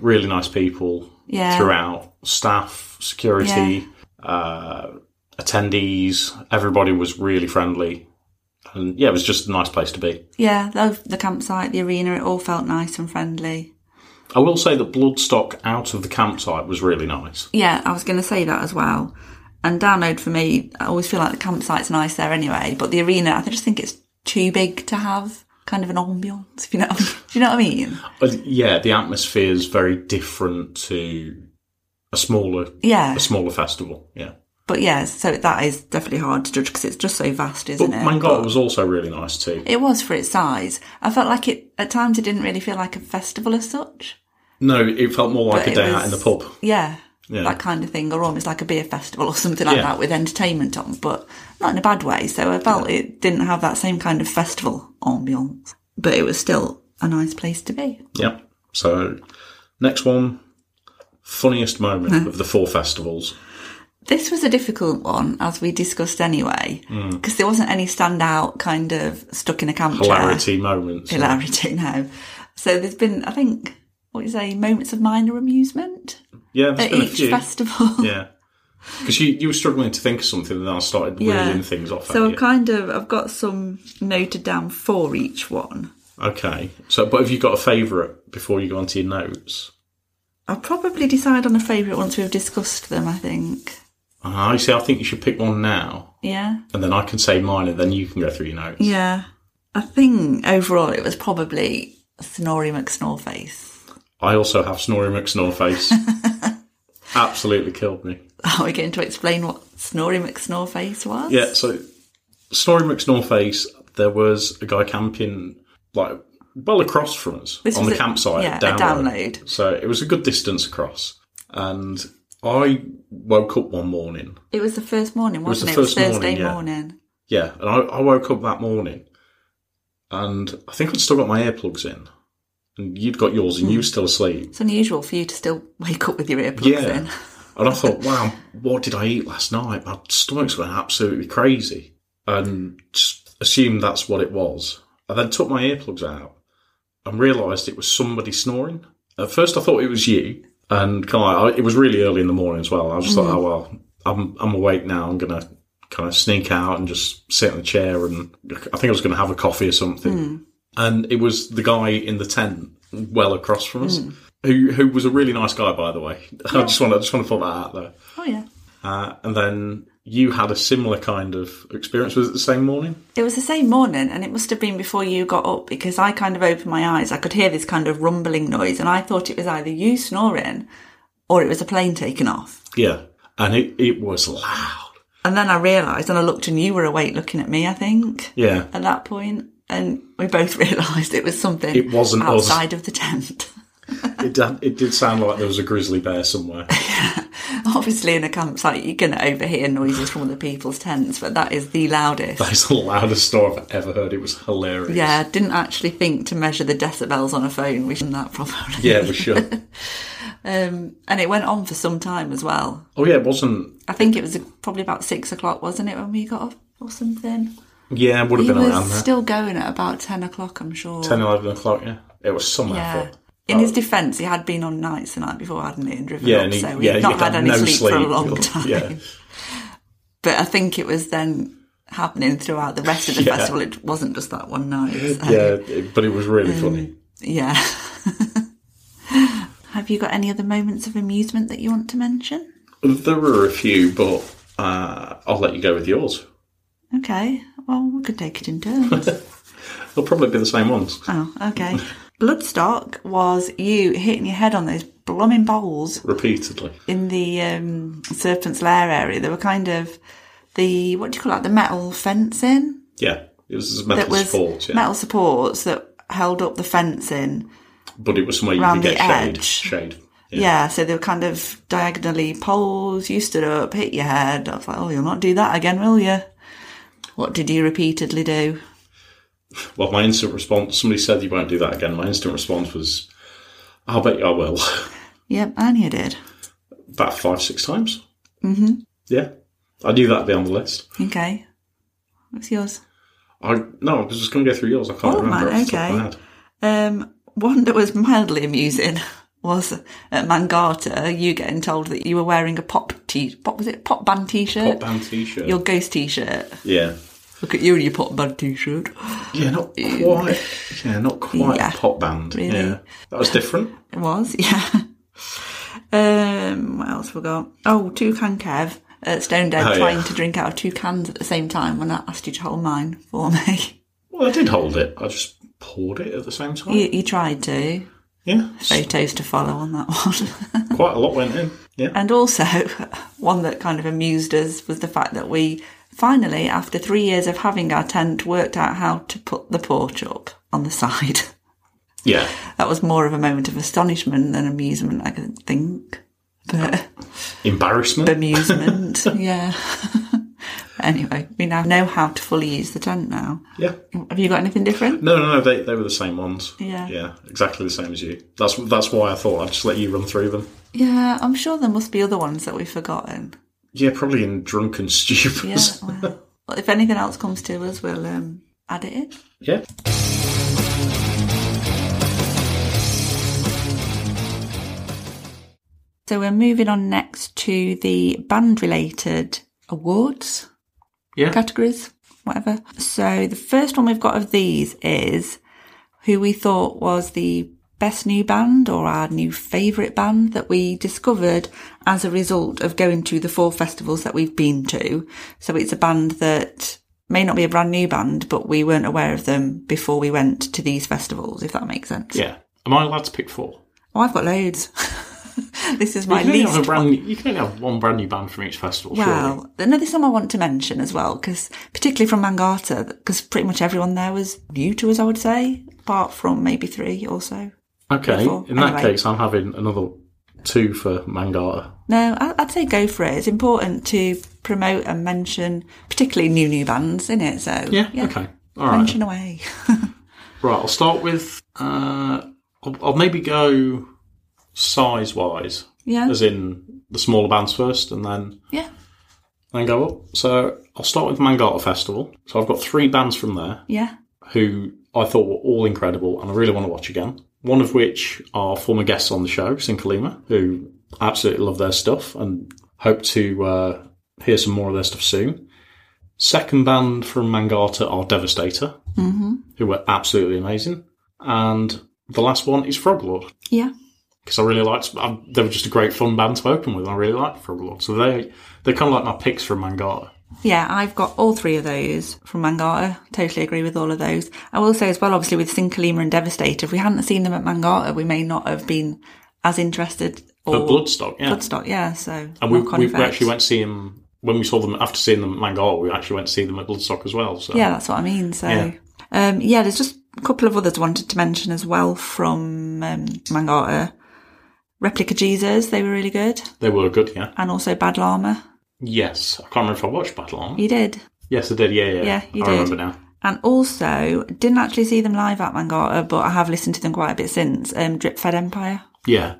[SPEAKER 1] Really nice people
[SPEAKER 2] Yeah.
[SPEAKER 1] throughout, staff, security, uh, attendees. Everybody was really friendly, and yeah, it was just a nice place to be.
[SPEAKER 2] yeah. The, the campsite, the arena, it all felt nice and friendly.
[SPEAKER 1] I will say that Bloodstock out of the campsite was really nice.
[SPEAKER 2] Yeah, I was going to say that as well. And download for me, I always feel like the campsite's nice there anyway, but the arena, I just think it's too big to have kind of an ambiance. [laughs] If you know, what I mean. do you know what I mean?
[SPEAKER 1] But yeah, the atmosphere is very different to a smaller
[SPEAKER 2] Yeah,
[SPEAKER 1] a smaller festival. Yeah.
[SPEAKER 2] but yeah, so that is definitely hard to judge because it's just so vast, isn't
[SPEAKER 1] Oh
[SPEAKER 2] it?
[SPEAKER 1] Mangata was also really nice too.
[SPEAKER 2] It was for its size. I felt like it at times. It didn't really feel like a festival as such.
[SPEAKER 1] No, it felt more like
[SPEAKER 2] But
[SPEAKER 1] a
[SPEAKER 2] it
[SPEAKER 1] day out in
[SPEAKER 2] was-
[SPEAKER 1] the pub.
[SPEAKER 2] Yeah,
[SPEAKER 1] Yeah.
[SPEAKER 2] that kind of thing, or almost like a beer festival or something like
[SPEAKER 1] Yeah.
[SPEAKER 2] that with entertainment on, but not in a bad way. So I felt it didn't have that same kind of festival ambiance, but it was still a nice place to be.
[SPEAKER 1] Yeah. So, next one funniest moment of the four festivals.
[SPEAKER 2] This was a difficult one, as we discussed anyway,
[SPEAKER 1] Mm.
[SPEAKER 2] because there wasn't any standout kind of stuck in a camp chair.
[SPEAKER 1] Hilarity moments.
[SPEAKER 2] hilarity now. So there's been, I think, what do you say, moments of minor amusement
[SPEAKER 1] Yeah, there's
[SPEAKER 2] at
[SPEAKER 1] been a
[SPEAKER 2] each
[SPEAKER 1] few.
[SPEAKER 2] festival.
[SPEAKER 1] yeah. Because you, you were struggling to think of something, and I started
[SPEAKER 2] Yeah.
[SPEAKER 1] reeling things off.
[SPEAKER 2] So
[SPEAKER 1] at
[SPEAKER 2] I've
[SPEAKER 1] you.
[SPEAKER 2] kind of, I've got some noted down for each one.
[SPEAKER 1] Okay. So, but have you got a favourite before you go on to your notes?
[SPEAKER 2] I'll probably decide on a favourite once we've discussed them, I think.
[SPEAKER 1] I see. I think Uh-huh. you should pick one now,
[SPEAKER 2] Yeah.
[SPEAKER 1] and then I can say mine, and then you can go through your notes.
[SPEAKER 2] Yeah. I think overall it was probably Snorri McSnorface. [laughs]
[SPEAKER 1] I also have Snorri McSnorface. Absolutely killed me.
[SPEAKER 2] Are we going to explain what Snorri McSnorface was?
[SPEAKER 1] Yeah, so Snorri McSnorface, there was a guy camping like well across from us
[SPEAKER 2] This
[SPEAKER 1] on
[SPEAKER 2] was
[SPEAKER 1] the
[SPEAKER 2] a-
[SPEAKER 1] campsite.
[SPEAKER 2] yeah, a
[SPEAKER 1] down the road.
[SPEAKER 2] download.
[SPEAKER 1] So it was a good distance across. And I woke up one morning.
[SPEAKER 2] It was the first morning,
[SPEAKER 1] was
[SPEAKER 2] wasn't it?
[SPEAKER 1] the first
[SPEAKER 2] it was
[SPEAKER 1] morning,
[SPEAKER 2] Thursday
[SPEAKER 1] yeah.
[SPEAKER 2] morning.
[SPEAKER 1] Yeah, and I, I woke up that morning and I think I'd still got my earplugs in. And you'd got yours and you
[SPEAKER 2] Hmm.
[SPEAKER 1] were still asleep.
[SPEAKER 2] It's unusual for you to still [laughs] wake up with your earplugs
[SPEAKER 1] Yeah.
[SPEAKER 2] in. [laughs]
[SPEAKER 1] And I thought, wow, what did I eat last night? My stomach's went absolutely crazy. And just assumed that's what it was. I then took my earplugs out and realised it was somebody snoring. At first, I thought it was you. And kind of like, I, it was really early in the morning as well. I just thought, oh, well, I'm, I'm awake now. I'm going to kind of sneak out and just sit in the chair. And I think I was going to have a coffee or something. And it was the guy in the tent well across from us. Who, who was a really nice guy, by the way. [laughs] I just want to, I just want to put that out there.
[SPEAKER 2] Oh, yeah.
[SPEAKER 1] Uh, and then you had a similar kind of experience. Was it the same morning?
[SPEAKER 2] It was the same morning, and it must have been before you got up because I kind of opened my eyes. I could hear this kind of rumbling noise, and I thought it was either you snoring or it was a plane taking off.
[SPEAKER 1] Yeah. And it, it was loud.
[SPEAKER 2] And then I realised, and I looked, and you were awake looking at me, I think, [laughs]
[SPEAKER 1] Yeah.
[SPEAKER 2] at that point. and we both [laughs] realised it was something
[SPEAKER 1] It wasn't us.
[SPEAKER 2] outside of the tent. [laughs]
[SPEAKER 1] It did, it did sound like there was a grizzly bear somewhere. [laughs]
[SPEAKER 2] Obviously, in a campsite, you're going to overhear noises from other people's tents, but that is the loudest.
[SPEAKER 1] That is the loudest snore I've ever heard. It was hilarious.
[SPEAKER 2] Yeah, didn't actually think to measure the decibels on a phone. We shouldn't that probably.
[SPEAKER 1] Yeah, for sure.
[SPEAKER 2] [laughs] Um, and it went on for some time as well.
[SPEAKER 1] Oh yeah, it wasn't.
[SPEAKER 2] I think it was probably about six o'clock, wasn't it, when we got up or something?
[SPEAKER 1] Yeah, it would have
[SPEAKER 2] He
[SPEAKER 1] been around
[SPEAKER 2] was
[SPEAKER 1] there.
[SPEAKER 2] still going at about 10 o'clock, I'm sure.
[SPEAKER 1] 10, 11 o'clock. Yeah, it was somewhere.
[SPEAKER 2] yeah.
[SPEAKER 1] full.
[SPEAKER 2] In his defence, he had been on nights the night before, hadn't he? And driven
[SPEAKER 1] Yeah,
[SPEAKER 2] up,
[SPEAKER 1] and he,
[SPEAKER 2] so he'd
[SPEAKER 1] yeah,
[SPEAKER 2] not
[SPEAKER 1] he'd
[SPEAKER 2] had any
[SPEAKER 1] no
[SPEAKER 2] sleep, for a long [laughs]
[SPEAKER 1] Or-
[SPEAKER 2] time.
[SPEAKER 1] Yeah,
[SPEAKER 2] But I think it was then happening throughout the rest of the
[SPEAKER 1] Yeah.
[SPEAKER 2] festival. It wasn't just that one night. so-
[SPEAKER 1] yeah, it- but it was really
[SPEAKER 2] um,
[SPEAKER 1] funny.
[SPEAKER 2] Yeah. [laughs] Have you got any other moments of amusement that you want to mention?
[SPEAKER 1] There were a few, but uh, I'll let you go with yours.
[SPEAKER 2] Okay. Well, we could take it in turns.
[SPEAKER 1] They'll probably be the same ones.
[SPEAKER 2] oh, okay. Bloodstock was you hitting your head on those blooming bowls
[SPEAKER 1] repeatedly.
[SPEAKER 2] in the um, Serpent's Lair area. They were kind of the, what do you call that, the metal fencing?
[SPEAKER 1] Yeah, it was
[SPEAKER 2] That
[SPEAKER 1] metal
[SPEAKER 2] was
[SPEAKER 1] support, yeah.
[SPEAKER 2] metal supports that held up the fencing.
[SPEAKER 1] but it was somewhere you
[SPEAKER 2] round
[SPEAKER 1] could
[SPEAKER 2] the
[SPEAKER 1] get shade.
[SPEAKER 2] edge.
[SPEAKER 1] Shade.
[SPEAKER 2] Yeah. so they were kind of diagonally poles. You stood up, hit your head. I was like, oh, you'll not do that again, will you? What did you repeatedly do?
[SPEAKER 1] Well, my instant response. Somebody said you won't do that again. My instant response was, "I'll bet you I will." [laughs]
[SPEAKER 2] Yep, and you did.
[SPEAKER 1] About five, six times. Mm-hmm. Yeah, I knew that'd be on the list.
[SPEAKER 2] Okay. What's yours?
[SPEAKER 1] I no, I was just going to go through yours. I can't
[SPEAKER 2] Oh,
[SPEAKER 1] remember.
[SPEAKER 2] right,
[SPEAKER 1] off the top of my
[SPEAKER 2] okay.
[SPEAKER 1] head.
[SPEAKER 2] Um, one that was mildly amusing was at Mangata, you getting told that you were wearing a pop t pop was it pop band t
[SPEAKER 1] Hot
[SPEAKER 2] shirt,
[SPEAKER 1] band T-shirt.
[SPEAKER 2] your ghost t shirt.
[SPEAKER 1] Yeah,
[SPEAKER 2] Look at you and your pop band t shirt.
[SPEAKER 1] yeah, not quite. Yeah, not quite
[SPEAKER 2] Yeah.
[SPEAKER 1] pop band.
[SPEAKER 2] Really?
[SPEAKER 1] Yeah, that was different.
[SPEAKER 2] It was, [laughs] yeah. Um, what else we got? Oh, toucan Kev at Stone Dead
[SPEAKER 1] Oh, yeah.
[SPEAKER 2] trying to drink out of two cans at the same time when I asked you to hold mine for me. [laughs]
[SPEAKER 1] Well, I did hold it. I just poured it at the same time.
[SPEAKER 2] you, you tried to.
[SPEAKER 1] yeah.
[SPEAKER 2] Photos to follow on that one. [laughs]
[SPEAKER 1] quite a lot went in. Yeah.
[SPEAKER 2] and also, [laughs] one that kind of amused us was the fact that we finally, after three years of having our tent, worked out how to put the porch up on the [laughs] side.
[SPEAKER 1] Yeah.
[SPEAKER 2] That was more of a moment of astonishment than amusement, I think. But.
[SPEAKER 1] Embarrassment.
[SPEAKER 2] [laughs] amusement. yeah. [laughs] anyway, we now know how to fully use the tent now.
[SPEAKER 1] yeah.
[SPEAKER 2] Have you got anything different?
[SPEAKER 1] No, no, no. They, they were the same ones.
[SPEAKER 2] Yeah.
[SPEAKER 1] Yeah. Exactly the same as you. That's that's why I thought I'd just let you run through them.
[SPEAKER 2] Yeah, I'm sure there must be other ones that we've [laughs] forgotten.
[SPEAKER 1] Yeah, probably in drunken [laughs]
[SPEAKER 2] Yeah.
[SPEAKER 1] stupors.
[SPEAKER 2] Well, well, if anything else comes to us, we'll um, add it in.
[SPEAKER 1] Yeah.
[SPEAKER 2] So we're moving on next to the band related awards.
[SPEAKER 1] Yeah.
[SPEAKER 2] categories, whatever. So the first one we've got of these is who we thought was the best new band or our new favourite band that we discovered as a result of going to the four festivals that we've been to. So it's a band that may not be a brand new band, but we weren't aware of them before we went to these festivals, if that makes sense.
[SPEAKER 1] Yeah. Am I allowed to pick four?
[SPEAKER 2] Oh, I've got loads. [laughs] this is
[SPEAKER 1] You
[SPEAKER 2] my
[SPEAKER 1] can, only have a
[SPEAKER 2] least
[SPEAKER 1] brand, you can only have one brand new band from each festival. surely.
[SPEAKER 2] Well, another thing I want to mention as well, because particularly from Mangata, because pretty much everyone there was new to us, I would say, apart from maybe three or so.
[SPEAKER 1] Okay.
[SPEAKER 2] four.
[SPEAKER 1] In that
[SPEAKER 2] Anyway.
[SPEAKER 1] case, I'm having another two for Mangata.
[SPEAKER 2] No, I- I'd say go for it. It's important to promote and mention, particularly new new bands, isn't it? So
[SPEAKER 1] Yeah. Okay. All right.
[SPEAKER 2] mention away.
[SPEAKER 1] Right. I'll start with. Uh, I'll, I'll maybe go size wise,
[SPEAKER 2] yeah,
[SPEAKER 1] as in the smaller bands first, and then
[SPEAKER 2] yeah,
[SPEAKER 1] then go up. So I'll start with Mangata Festival. So I've got three bands from there
[SPEAKER 2] yeah.
[SPEAKER 1] who I thought were all incredible and I really want to watch again. One of which are former guests on the show, Sinkalima, who I absolutely love their stuff and hope to uh, hear some more of their stuff soon. Second band from Mangata are Devastator, who were absolutely amazing. And the last one is Froglord
[SPEAKER 2] Yeah,
[SPEAKER 1] because I really liked. I, they were just a great fun band to open with. And I really liked Froglord, so they they're kind of like my picks from Mangata.
[SPEAKER 2] yeah, I've got all three of those from Mangata. Totally agree with all of those. I will say as well, obviously, with Sinkalima and Devastator, if we hadn't seen them at Mangata, we may not have been as interested or
[SPEAKER 1] But Bloodstock, yeah.
[SPEAKER 2] Bloodstock, yeah. So
[SPEAKER 1] and we,
[SPEAKER 2] knock-on
[SPEAKER 1] we, we
[SPEAKER 2] effect.
[SPEAKER 1] actually went to see him when we saw them after seeing them at Mangata. We actually went to see them at Bloodstock as well. So
[SPEAKER 2] Yeah, that's what I mean. So
[SPEAKER 1] Yeah.
[SPEAKER 2] Um, yeah, there's just a couple of others I wanted to mention as well from um, Mangata. Replica Jesus, they were really good.
[SPEAKER 1] They were good, yeah.
[SPEAKER 2] And also Bad Llama.
[SPEAKER 1] Yes, I can't remember if I watched Battle Arm.
[SPEAKER 2] You did.
[SPEAKER 1] Yes, I did. Yeah, yeah.
[SPEAKER 2] Yeah, you
[SPEAKER 1] I
[SPEAKER 2] did.
[SPEAKER 1] remember now.
[SPEAKER 2] And also, didn't actually see them live at Mangata, but I have listened to them quite a bit since. Um, Drip Fed Empire.
[SPEAKER 1] Yeah,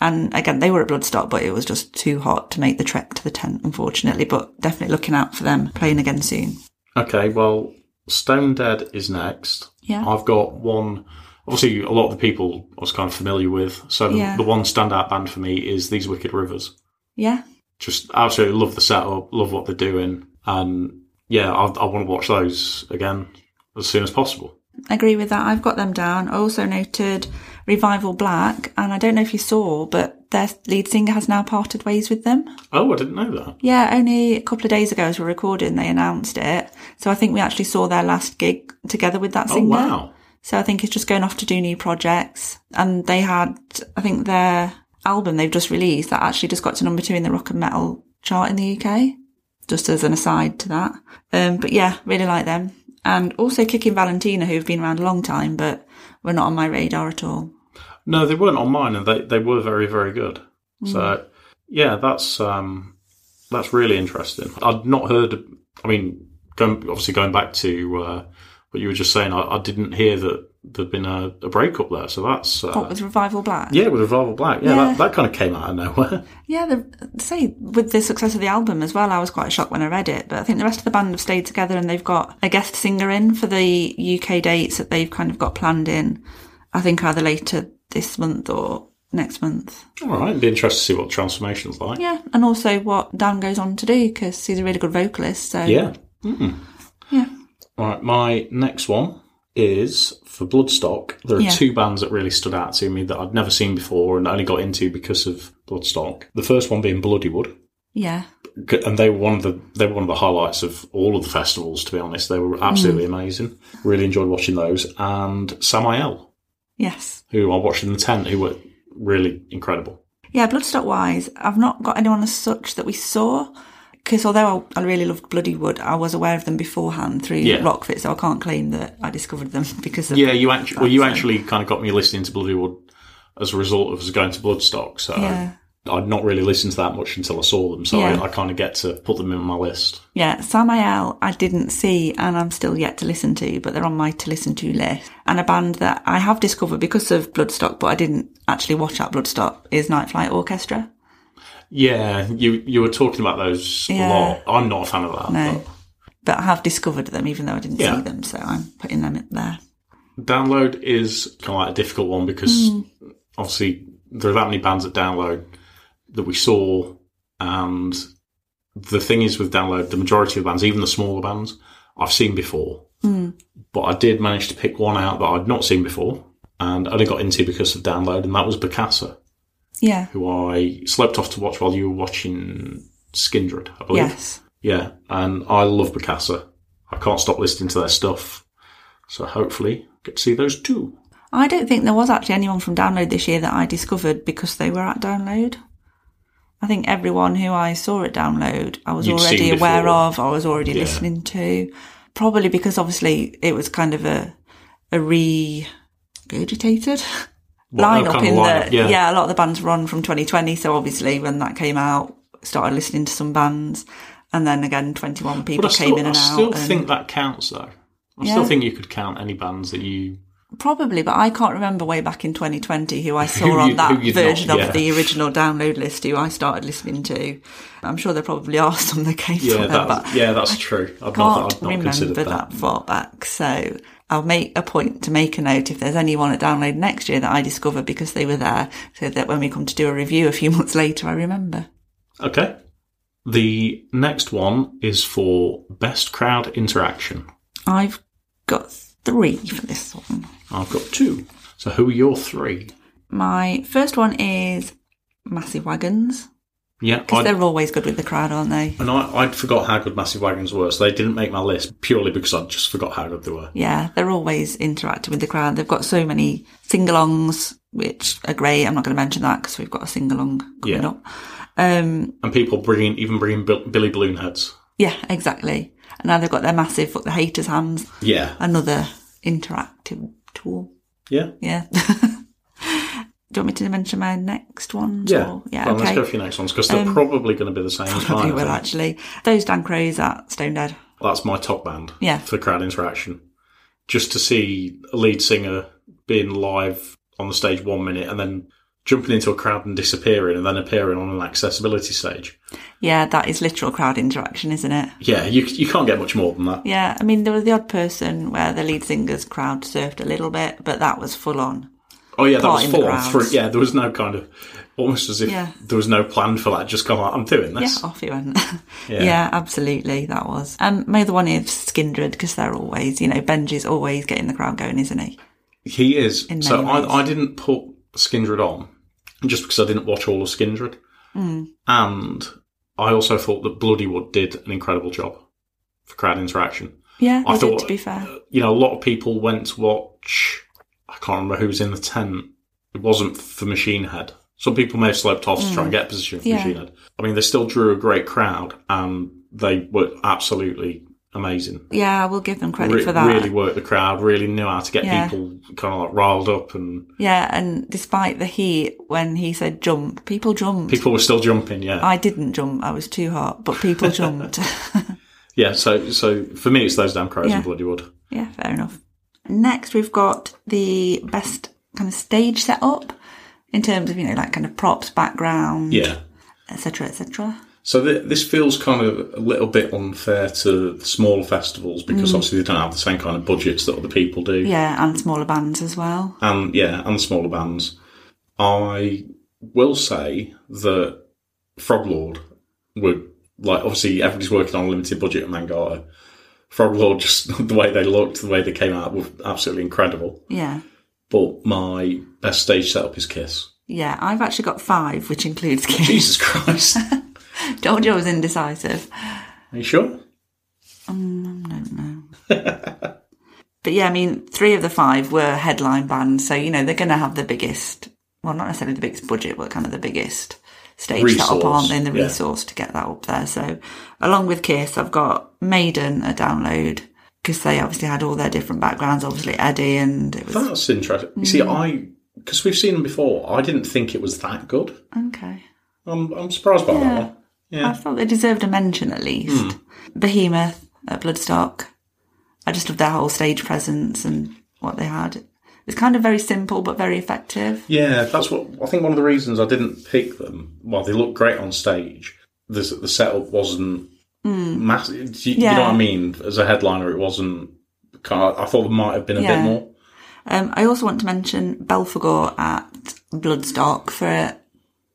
[SPEAKER 2] And again, they were at Bloodstock, but it was just too hot to make the trek to the tent, unfortunately. But definitely looking out for them playing again soon.
[SPEAKER 1] Okay, well, Stone Dead is next.
[SPEAKER 2] Yeah.
[SPEAKER 1] I've got one. Obviously, a lot of the people I was kind of familiar with. So the,
[SPEAKER 2] Yeah.
[SPEAKER 1] the one standout band for me is These Wicked Rivers.
[SPEAKER 2] Yeah.
[SPEAKER 1] Just absolutely love the setup, love what they're doing, and yeah, I, I want to watch those again as soon as possible.
[SPEAKER 2] agree with that. I've got them down. I also noted Revival Black, and I don't know if you saw, but their lead singer has now parted ways with them.
[SPEAKER 1] Oh, I didn't know that.
[SPEAKER 2] Yeah, only a couple of days ago as we we're recording, they announced it. So I think we actually saw their last gig together with that
[SPEAKER 1] Oh,
[SPEAKER 2] singer.
[SPEAKER 1] wow.
[SPEAKER 2] So I think it's just going off to do new projects. And they had, I think their album they've just released that actually just got to number two in the rock and metal chart in the UK. Just as an aside to that. Um, but yeah, really like them. And also Kicking Valentina, who've been around a long time, but were not on my radar at all.
[SPEAKER 1] No, they weren't on mine, and they, they were very very good. So yeah, that's um, that's really interesting. I'd not heard. I mean, going, obviously going back to uh, what you were just saying, I, I didn't hear that there'd been a, a breakup there. So that's uh,
[SPEAKER 2] What was Revival Black?
[SPEAKER 1] yeah, with Revival Black. Yeah,
[SPEAKER 2] Oh. Yeah.
[SPEAKER 1] That, that kind of came out of nowhere. [laughs]
[SPEAKER 2] Yeah, the, say with the success of the album as well, I was quite shocked when I read it. But I think the rest of the band have stayed together and they've got a guest singer in for the UK dates that they've kind of got planned in. I think either later this month or next month.
[SPEAKER 1] All right, be interested to see what the transformation's like.
[SPEAKER 2] Yeah, and also what Dan goes on to do because he's a really good vocalist. So
[SPEAKER 1] Yeah.
[SPEAKER 2] yeah,
[SPEAKER 1] All right, my next one is for Bloodstock. There are
[SPEAKER 2] Yeah.
[SPEAKER 1] two bands that really stood out to me that I'd never seen before and only got into because of Bloodstock. The first one being Bloodywood.
[SPEAKER 2] yeah,
[SPEAKER 1] Good- and they were one of the they were one of the highlights of all of the festivals. To be honest, they were absolutely amazing. Really enjoyed watching those. And Samael,
[SPEAKER 2] yes.
[SPEAKER 1] who I watched in the tent, who were really incredible.
[SPEAKER 2] Yeah, Bloodstock wise, I've not got anyone as such that we saw. Because although I, I really loved Bloody Wood, I was aware of them beforehand through
[SPEAKER 1] Yeah.
[SPEAKER 2] Rockfit, so I can't claim that I discovered them [laughs] because of
[SPEAKER 1] Yeah, you actually well, you actually kind of got me listening to Bloodywood as a result of us going to Bloodstock. So
[SPEAKER 2] Yeah.
[SPEAKER 1] I'd not really listened to that much until I saw them. So
[SPEAKER 2] Yeah.
[SPEAKER 1] I, I kind of get to put them in my list.
[SPEAKER 2] Yeah, Samael I didn't see and I'm still yet to listen to, but they're on my to listen to list. And a band that I have discovered because of Bloodstock, but I didn't actually watch at Bloodstock is Night Flight Orchestra.
[SPEAKER 1] Yeah, you you were talking about those
[SPEAKER 2] Yeah.
[SPEAKER 1] a lot. I'm not a fan of that.
[SPEAKER 2] No.
[SPEAKER 1] But.
[SPEAKER 2] But I have discovered them even though I didn't
[SPEAKER 1] Oh. Yeah.
[SPEAKER 2] see them, so I'm putting them in there.
[SPEAKER 1] Download is kind of like a difficult one because obviously there are that many bands that download that we saw, and the thing is with download, the majority of bands, even the smaller bands, I've seen before. But I did manage to pick one out that I'd not seen before, and only got into because of download, and that was Bacassa,
[SPEAKER 2] Yeah.
[SPEAKER 1] who I slept off to watch while you were watching Skindred, I believe.
[SPEAKER 2] Yes.
[SPEAKER 1] Yeah, and I love Bacassa. I can't stop listening to their stuff. So hopefully get to see those too.
[SPEAKER 2] I don't think there was actually anyone from Download this year that I discovered because they were at Download. I think everyone who I saw at Download, I was
[SPEAKER 1] You'd seen
[SPEAKER 2] already
[SPEAKER 1] before.
[SPEAKER 2] aware of, I was already listening to. Probably because obviously it was kind of a a regurgitated
[SPEAKER 1] Well,
[SPEAKER 2] lineup
[SPEAKER 1] kind of
[SPEAKER 2] in
[SPEAKER 1] lineup,
[SPEAKER 2] the
[SPEAKER 1] yeah.
[SPEAKER 2] a lot of the bands were on from 2020. So obviously when that came out, started listening to some bands, and then again 21 people
[SPEAKER 1] But I
[SPEAKER 2] came
[SPEAKER 1] still,
[SPEAKER 2] in
[SPEAKER 1] I
[SPEAKER 2] and out.
[SPEAKER 1] still
[SPEAKER 2] and-
[SPEAKER 1] think that counts though. I
[SPEAKER 2] Yeah.
[SPEAKER 1] still think you could count any bands that
[SPEAKER 2] [laughs]
[SPEAKER 1] you.
[SPEAKER 2] Probably, but I can't remember way back in 2020 who I
[SPEAKER 1] [laughs]
[SPEAKER 2] saw
[SPEAKER 1] Who
[SPEAKER 2] on
[SPEAKER 1] you-
[SPEAKER 2] that
[SPEAKER 1] who you'd
[SPEAKER 2] version
[SPEAKER 1] not-
[SPEAKER 2] of
[SPEAKER 1] yeah.
[SPEAKER 2] the original download list who I started listening to. I'm sure there probably are some that came
[SPEAKER 1] Yeah,
[SPEAKER 2] from them, but
[SPEAKER 1] that, yeah, that's true. I'd not,
[SPEAKER 2] can't
[SPEAKER 1] I'd not
[SPEAKER 2] remember
[SPEAKER 1] considered
[SPEAKER 2] that.
[SPEAKER 1] that.
[SPEAKER 2] far back. So I'll make a point to make a note if there's anyone at download next year that I discover because they were there, so that when we come to do a review a few [laughs] months later, I remember.
[SPEAKER 1] Okay. The next one is for best crowd interaction.
[SPEAKER 2] I've got three for this one.
[SPEAKER 1] I've got two. So who are your three?
[SPEAKER 2] My first one is Massive Wagons
[SPEAKER 1] Yeah,
[SPEAKER 2] because
[SPEAKER 1] I'd-
[SPEAKER 2] they're always good with the crowd, aren't they?
[SPEAKER 1] and I, I'd forgot how good Massive Wagons were, so they didn't make my list purely because I just forgot how good they were.
[SPEAKER 2] Yeah, they're always interacting with the crowd. They've got so many sing-alongs, which are great. I'm not going to mention that because we've got a sing-along coming
[SPEAKER 1] Yeah.
[SPEAKER 2] up. Um,
[SPEAKER 1] And people bringing, even bringing Bill, Billy Balloon heads.
[SPEAKER 2] yeah, exactly. And now they've got their massive "fuck the haters" hands.
[SPEAKER 1] Yeah,
[SPEAKER 2] Another interactive tool.
[SPEAKER 1] Yeah.
[SPEAKER 2] Yeah. [laughs] Do you want me to mention my next ones?
[SPEAKER 1] Yeah.
[SPEAKER 2] or- Yeah.
[SPEAKER 1] Well,
[SPEAKER 2] okay.
[SPEAKER 1] Let's
[SPEAKER 2] Um,
[SPEAKER 1] go for your next ones because they're probably going to be the same as
[SPEAKER 2] Probably
[SPEAKER 1] mine. I
[SPEAKER 2] will
[SPEAKER 1] think.
[SPEAKER 2] actually. Those Dan Crows at Stone Dead.
[SPEAKER 1] That's my top band.
[SPEAKER 2] Yeah.
[SPEAKER 1] For crowd interaction, just to see a lead singer being live on the stage one minute and then jumping into a crowd and disappearing and then appearing on an accessibility stage.
[SPEAKER 2] Yeah, that is literal crowd interaction, isn't it?
[SPEAKER 1] Yeah, you you can't get much more than that.
[SPEAKER 2] Yeah, I mean, there was the odd person where the lead singer's crowd surfed a little bit, but that was full on.
[SPEAKER 1] Oh yeah, that
[SPEAKER 2] Part
[SPEAKER 1] was
[SPEAKER 2] in the
[SPEAKER 1] full on
[SPEAKER 2] crowds.
[SPEAKER 1] through. Yeah, there was no kind of almost as if
[SPEAKER 2] Yeah.
[SPEAKER 1] there was no plan for that. Just kind of like, I'm doing
[SPEAKER 2] Yeah,
[SPEAKER 1] this.
[SPEAKER 2] off you went. [laughs]
[SPEAKER 1] Yeah.
[SPEAKER 2] yeah. absolutely, that was. And my other one is Skindred, because they're always, you know, Benji's always getting the crowd going, isn't he?
[SPEAKER 1] He is.
[SPEAKER 2] In
[SPEAKER 1] So
[SPEAKER 2] many ways.
[SPEAKER 1] I, I didn't put Skindred on just because I didn't watch all of Skindred,
[SPEAKER 2] Hmm.
[SPEAKER 1] and I also thought that Bloodywood did an incredible job for crowd interaction.
[SPEAKER 2] Yeah,
[SPEAKER 1] I
[SPEAKER 2] I did,
[SPEAKER 1] thought-
[SPEAKER 2] to be fair.
[SPEAKER 1] You know, a lot of people went to watch. I can't remember who was in the tent. It wasn't for Machine Head. Some people may have sloped off to try and get a position for
[SPEAKER 2] Hmm. Yeah.
[SPEAKER 1] Machine Head. I mean, they still drew a great crowd, and they were absolutely amazing.
[SPEAKER 2] Yeah, I will give them credit
[SPEAKER 1] Re-
[SPEAKER 2] for that.
[SPEAKER 1] Really worked the crowd. Really knew how to get
[SPEAKER 2] Yeah.
[SPEAKER 1] people kind of like riled up, and
[SPEAKER 2] Yeah, and despite the heat, when he said jump, people jumped.
[SPEAKER 1] people were still jumping. Yeah,
[SPEAKER 2] I didn't jump, I was too hot, but
[SPEAKER 1] [laughs]
[SPEAKER 2] people jumped. [laughs]
[SPEAKER 1] yeah. So, so for me, it's those damn crows
[SPEAKER 2] Yeah. Mm.
[SPEAKER 1] and bloody wood.
[SPEAKER 2] Yeah, fair enough. Next, we've got the best kind of stage setup in terms of you know like kind of props, background,
[SPEAKER 1] Yeah.
[SPEAKER 2] etc., etc.
[SPEAKER 1] So th- this feels kind of a little bit unfair to smaller festivals because obviously they don't have the same kind of budgets that other people do,
[SPEAKER 2] Mm. Yeah, and smaller bands as well.
[SPEAKER 1] and yeah, and smaller bands. I will say that Frog Lord were like obviously everybody's working on a limited budget at Mangata. Frog Lord, [laughs] just the way they looked, the way they came out, were absolutely incredible.
[SPEAKER 2] Yeah,
[SPEAKER 1] But my best stage setup is Kiss. [laughs]
[SPEAKER 2] yeah. I've actually got five, which includes [laughs] Kid.
[SPEAKER 1] Jesus Christ!
[SPEAKER 2] Told you I was indecisive.
[SPEAKER 1] Are you sure?
[SPEAKER 2] I don't
[SPEAKER 1] [laughs]
[SPEAKER 2] know. but yeah, I mean, three of the five were headline bands, so you know they're going to have the biggest, well, not necessarily the biggest budget, but kind of the biggest stage
[SPEAKER 1] Resource,
[SPEAKER 2] setup, aren't they? And the
[SPEAKER 1] yeah.
[SPEAKER 2] resource to get that up there. So, along with Kiss, I've got Maiden a download because they obviously had all their different backgrounds. Obviously, Eddie and it was
[SPEAKER 1] That's interesting. You
[SPEAKER 2] Mm.
[SPEAKER 1] see, I because we've seen them before. I didn't think it was that good.
[SPEAKER 2] okay.
[SPEAKER 1] I'm I'm surprised by that one.
[SPEAKER 2] I thought they deserved a mention at least. Behemoth at Bloodstock. I just love their whole stage presence and what they had. It's kind of very simple but very effective.
[SPEAKER 1] Yeah, that's what I think. One of the reasons I didn't pick them, while they looked great on stage, the the setup wasn't massive. Do you, you know
[SPEAKER 2] Mm. Yeah.
[SPEAKER 1] what I mean? As a headliner, it wasn't. Kind of, I thought there might have been a bit
[SPEAKER 2] Yeah.
[SPEAKER 1] more.
[SPEAKER 2] Um, I also want to mention Belfagor at Bloodstock for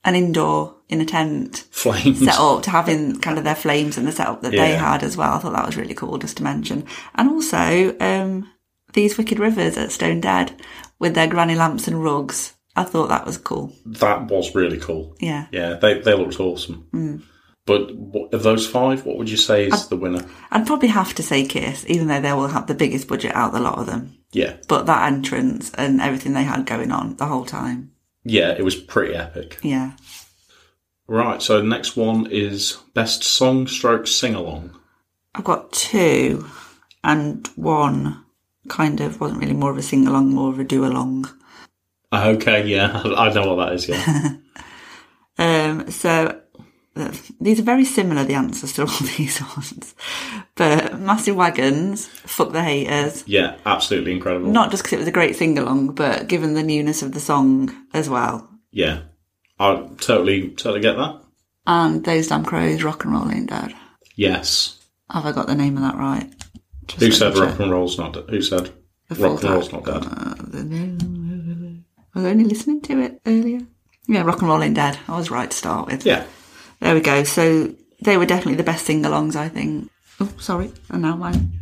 [SPEAKER 2] an indoor in a tent
[SPEAKER 1] Flames.
[SPEAKER 2] set up to having kind of their flames and the setup that they
[SPEAKER 1] Yeah.
[SPEAKER 2] had as well. I thought that was really cool just to mention. And also um, these Wicked Rivers at Stone Dead with their granny lamps and rugs. I thought that was cool.
[SPEAKER 1] [laughs] That was really cool.
[SPEAKER 2] Yeah.
[SPEAKER 1] Yeah, they they looked awesome.
[SPEAKER 2] Mm.
[SPEAKER 1] But what, of those five, what would you say is the winner?
[SPEAKER 2] I'd probably have to say Kiss, even though they will have the biggest budget out of the lot of them.
[SPEAKER 1] Yeah,
[SPEAKER 2] But that entrance and everything they had going on the whole time.
[SPEAKER 1] yeah, it was pretty epic.
[SPEAKER 2] Yeah.
[SPEAKER 1] Right, so the next one is best song stroke sing along.
[SPEAKER 2] I've got two and one kind of wasn't really more of a sing along, more of a do along.
[SPEAKER 1] Okay, yeah, [laughs] I know what that is.
[SPEAKER 2] [laughs]
[SPEAKER 1] Yeah,
[SPEAKER 2] Um, so uh, these are very similar, the answers to [laughs] all these ones. But Massive Wagons, Fuck the Haters.
[SPEAKER 1] yeah, absolutely incredible.
[SPEAKER 2] Not just because it was a great sing along, but given the newness of the song as well.
[SPEAKER 1] Yeah, I totally totally get that.
[SPEAKER 2] And Those Damn Crows, Rock and Roll Ain't Dead.
[SPEAKER 1] Yes,
[SPEAKER 2] Have I got the name of that right? Just
[SPEAKER 1] who
[SPEAKER 2] let
[SPEAKER 1] said
[SPEAKER 2] me
[SPEAKER 1] rock
[SPEAKER 2] check.
[SPEAKER 1] and roll's not? Dead? Who said
[SPEAKER 2] Before
[SPEAKER 1] rock and
[SPEAKER 2] that,
[SPEAKER 1] roll's not dead?
[SPEAKER 2] uh, the name- I was only listening to it earlier. Yeah, Rock and Roll Ain't Dead. I was right to start with.
[SPEAKER 1] Yeah,
[SPEAKER 2] There we go. So they were definitely the best sing-alongs, I think. Oh, sorry. And now mine.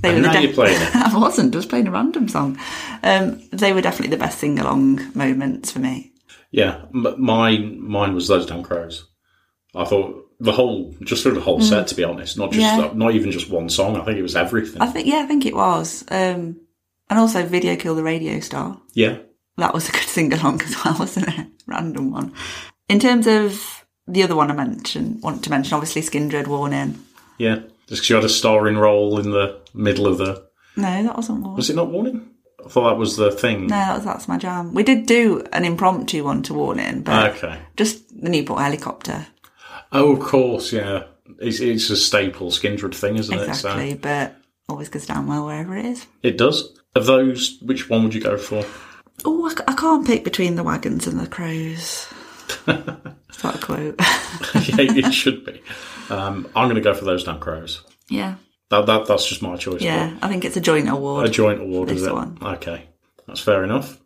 [SPEAKER 2] they
[SPEAKER 1] and
[SPEAKER 2] were
[SPEAKER 1] now
[SPEAKER 2] the
[SPEAKER 1] you're
[SPEAKER 2] def-
[SPEAKER 1] playing it.
[SPEAKER 2] [laughs] I wasn't. I was playing a random song. Um, they were definitely the best sing-along moments for me.
[SPEAKER 1] Yeah, m- mine mine was those damn crows. I thought the whole just through the whole set, to be honest, not just
[SPEAKER 2] Mm. Yeah.
[SPEAKER 1] not even just one song. I think it was everything.
[SPEAKER 2] I think. Yeah, I think it was. Um, and also, Video Kill the Radio Star.
[SPEAKER 1] yeah,
[SPEAKER 2] that was a good sing along as well, [laughs] wasn't it? Random one. In terms of the other one I mentioned, want to mention, obviously Skindred Warning.
[SPEAKER 1] yeah, just because you had a starring role in the middle of the
[SPEAKER 2] No, that wasn't one.
[SPEAKER 1] Was it not warning? I thought that was the thing.
[SPEAKER 2] No, that was, that's my jam. We did do an impromptu one to warn in, but
[SPEAKER 1] Okay.
[SPEAKER 2] just the Newport helicopter,
[SPEAKER 1] Oh, of course, yeah. It's, it's a staple Skindred thing, isn't it?
[SPEAKER 2] exactly. But always goes down well wherever it is.
[SPEAKER 1] So it does. Of those, which one would you go for? [laughs]
[SPEAKER 2] Oh, I, c- I can't pick between the wagons and
[SPEAKER 1] [laughs]
[SPEAKER 2] the crows. Is that a quote? [laughs]
[SPEAKER 1] yeah, it should be. Um, I'm going to go for those damn crows.
[SPEAKER 2] yeah,
[SPEAKER 1] That, that that's just my choice.
[SPEAKER 2] yeah. I think it's a joint
[SPEAKER 1] A
[SPEAKER 2] award.
[SPEAKER 1] joint award,
[SPEAKER 2] This
[SPEAKER 1] is it?
[SPEAKER 2] one.
[SPEAKER 1] Okay, that's fair enough.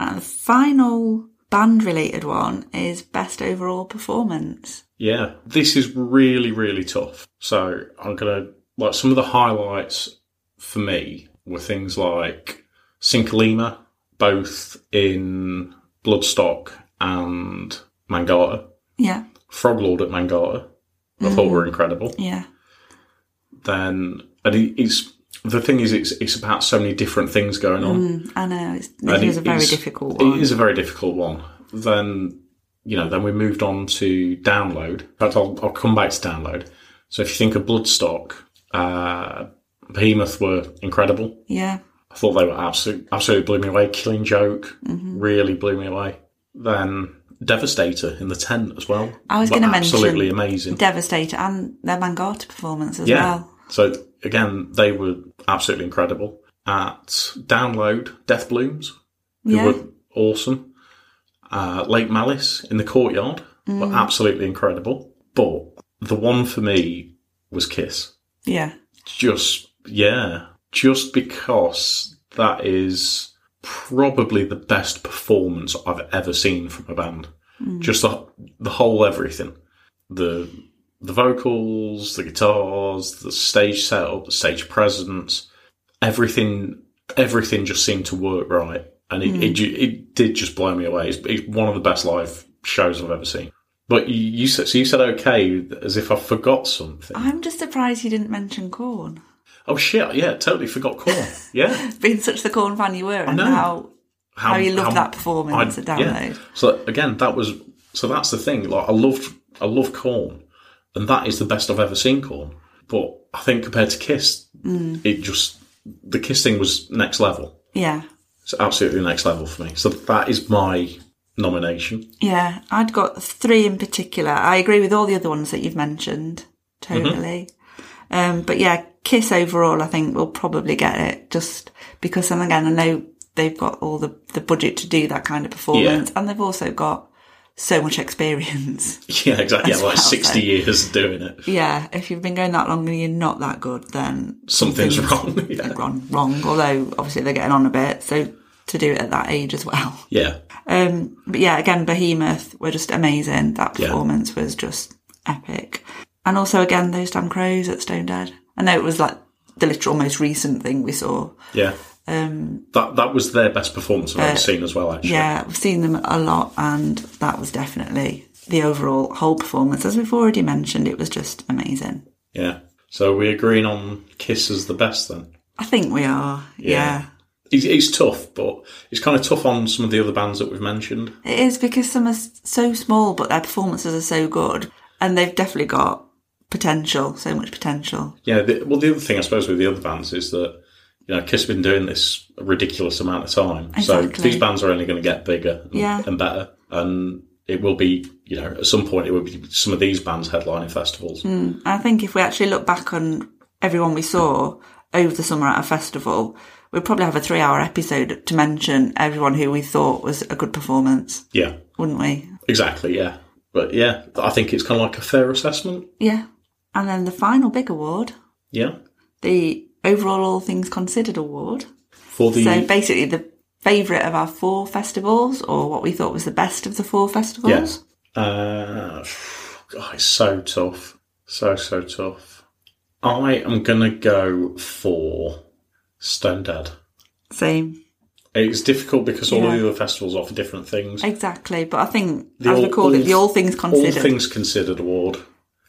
[SPEAKER 2] and the final band-related one is best overall performance.
[SPEAKER 1] Yeah, this is really really tough. So I'm gonna like some of the highlights for me were things like Cincolima, both in Bloodstock and Mangata.
[SPEAKER 2] Yeah,
[SPEAKER 1] Froglord at Mangata, I thought
[SPEAKER 2] Mm.
[SPEAKER 1] were incredible.
[SPEAKER 2] yeah,
[SPEAKER 1] Then and it, it's the thing is it's it's about so many different things going on.
[SPEAKER 2] Mm, I know. It's,
[SPEAKER 1] And
[SPEAKER 2] it is a very
[SPEAKER 1] is-
[SPEAKER 2] difficult one.
[SPEAKER 1] It is a very difficult one. Then, you know, then we moved on to download. In fact, I'll, I'll come back to download. So if you think of Bloodstock, uh, Behemoth were incredible.
[SPEAKER 2] yeah,
[SPEAKER 1] I thought they were absolute, absolutely blew me away. Killing Joke
[SPEAKER 2] Mm-hmm.
[SPEAKER 1] really blew me away. Then Devastator in the tent as well.
[SPEAKER 2] I was
[SPEAKER 1] were
[SPEAKER 2] gonna
[SPEAKER 1] absolutely
[SPEAKER 2] mention-
[SPEAKER 1] amazing.
[SPEAKER 2] Devastator and their Mangata performance as
[SPEAKER 1] Yeah.
[SPEAKER 2] well.
[SPEAKER 1] So again, they were absolutely incredible. At Download, Death Blooms, who
[SPEAKER 2] Yeah.
[SPEAKER 1] were awesome. Uh, Lake Malice in the courtyard were absolutely incredible. But the one for me was Kiss.
[SPEAKER 2] Yeah.
[SPEAKER 1] Just, yeah, just because that is probably the best performance I've ever seen from a band. Just the, the whole everything. The the vocals, the guitars, the stage setup, the stage presence, everything everything just seemed to work right, and it it, ju- it did just blow me away. It's, it's one of the best live shows I've ever seen. But you, you said so you said okay as if I forgot something.
[SPEAKER 2] I'm just surprised you didn't mention corn.
[SPEAKER 1] oh shit! Yeah, totally forgot Corn.
[SPEAKER 2] [laughs]
[SPEAKER 1] Yeah,
[SPEAKER 2] Being such the corn fan you were, and
[SPEAKER 1] know.
[SPEAKER 2] how how you loved that performance
[SPEAKER 1] I-
[SPEAKER 2] at download.
[SPEAKER 1] So again, that was so that's the thing. Like I loved I love Corn, and that is the best I've ever seen Corn. But I think compared to Kiss,
[SPEAKER 2] Mm.
[SPEAKER 1] it just the Kiss thing was next level.
[SPEAKER 2] Yeah.
[SPEAKER 1] It's absolutely next level for me. So that is my nomination. [laughs]
[SPEAKER 2] Yeah, I'd got three in particular. I agree with all the other ones that you've mentioned,
[SPEAKER 1] Mm-hmm.
[SPEAKER 2] totally. Um, but yeah, Kiss overall, I think will probably get it just because, and again, I know they've got all the, the budget to do that kind of performance and they've also got so much experience. [laughs]
[SPEAKER 1] Yeah, exactly. Yeah,
[SPEAKER 2] As
[SPEAKER 1] like
[SPEAKER 2] well,
[SPEAKER 1] sixty
[SPEAKER 2] then.
[SPEAKER 1] years doing it.
[SPEAKER 2] yeah, if you've been going that long and you're not that good, then
[SPEAKER 1] Something's wrong. [laughs]
[SPEAKER 2] something's
[SPEAKER 1] Yeah.
[SPEAKER 2] gone wrong. Although obviously they're getting on a bit, so to do it at that age as well.
[SPEAKER 1] yeah,
[SPEAKER 2] Um, but yeah, again, Behemoth were just amazing. That
[SPEAKER 1] Yeah.
[SPEAKER 2] performance was just epic. And also, again, those damn crows at Stone Dead. I know it was like the literal most recent thing we saw.
[SPEAKER 1] yeah.
[SPEAKER 2] Um, uh,
[SPEAKER 1] That that was their best performance I've ever seen as well. Actually,
[SPEAKER 2] yeah, we've seen them a lot, and that was definitely the overall whole performance. As we've already mentioned, it was just amazing.
[SPEAKER 1] yeah. So we're agreeing on Kiss as the best then.
[SPEAKER 2] I think we are. Yeah.
[SPEAKER 1] It's, it's tough, but it's kind of tough on some of the other bands that we've mentioned.
[SPEAKER 2] It is because some are s- so small, but their performances are so good, and they've definitely got potential, so much potential.
[SPEAKER 1] Yeah, the, well, the other thing I suppose with the other bands is that you know Kiss have been doing this a ridiculous amount of time, so
[SPEAKER 2] Exactly.
[SPEAKER 1] these bands are only going to get bigger and,
[SPEAKER 2] Yeah.
[SPEAKER 1] and better, and it will be you know at some point it will be some of these bands headlining festivals.
[SPEAKER 2] I think if we actually look back on everyone we saw over the summer at a festival, we'd probably have a three hour episode to mention everyone who we thought was a good performance,
[SPEAKER 1] Yeah,
[SPEAKER 2] wouldn't we?
[SPEAKER 1] exactly. Yeah, but yeah, I think it's kind of like a fair assessment.
[SPEAKER 2] Yeah. And then the final big award,
[SPEAKER 1] Yeah,
[SPEAKER 2] the overall All Things Considered award.
[SPEAKER 1] for the
[SPEAKER 2] So basically the favourite of our four festivals, or what we thought was the best of the four festivals.
[SPEAKER 1] Uh, [sighs] God, it's so tough. So, so tough. I am going to go for Stone Dead.
[SPEAKER 2] Same.
[SPEAKER 1] It's difficult because all
[SPEAKER 2] Yeah.
[SPEAKER 1] the other festivals offer different things.
[SPEAKER 2] Exactly. But I think,
[SPEAKER 1] The
[SPEAKER 2] as we
[SPEAKER 1] all-
[SPEAKER 2] called it,
[SPEAKER 1] all-
[SPEAKER 2] the All Things
[SPEAKER 1] All
[SPEAKER 2] Considered.
[SPEAKER 1] things considered award,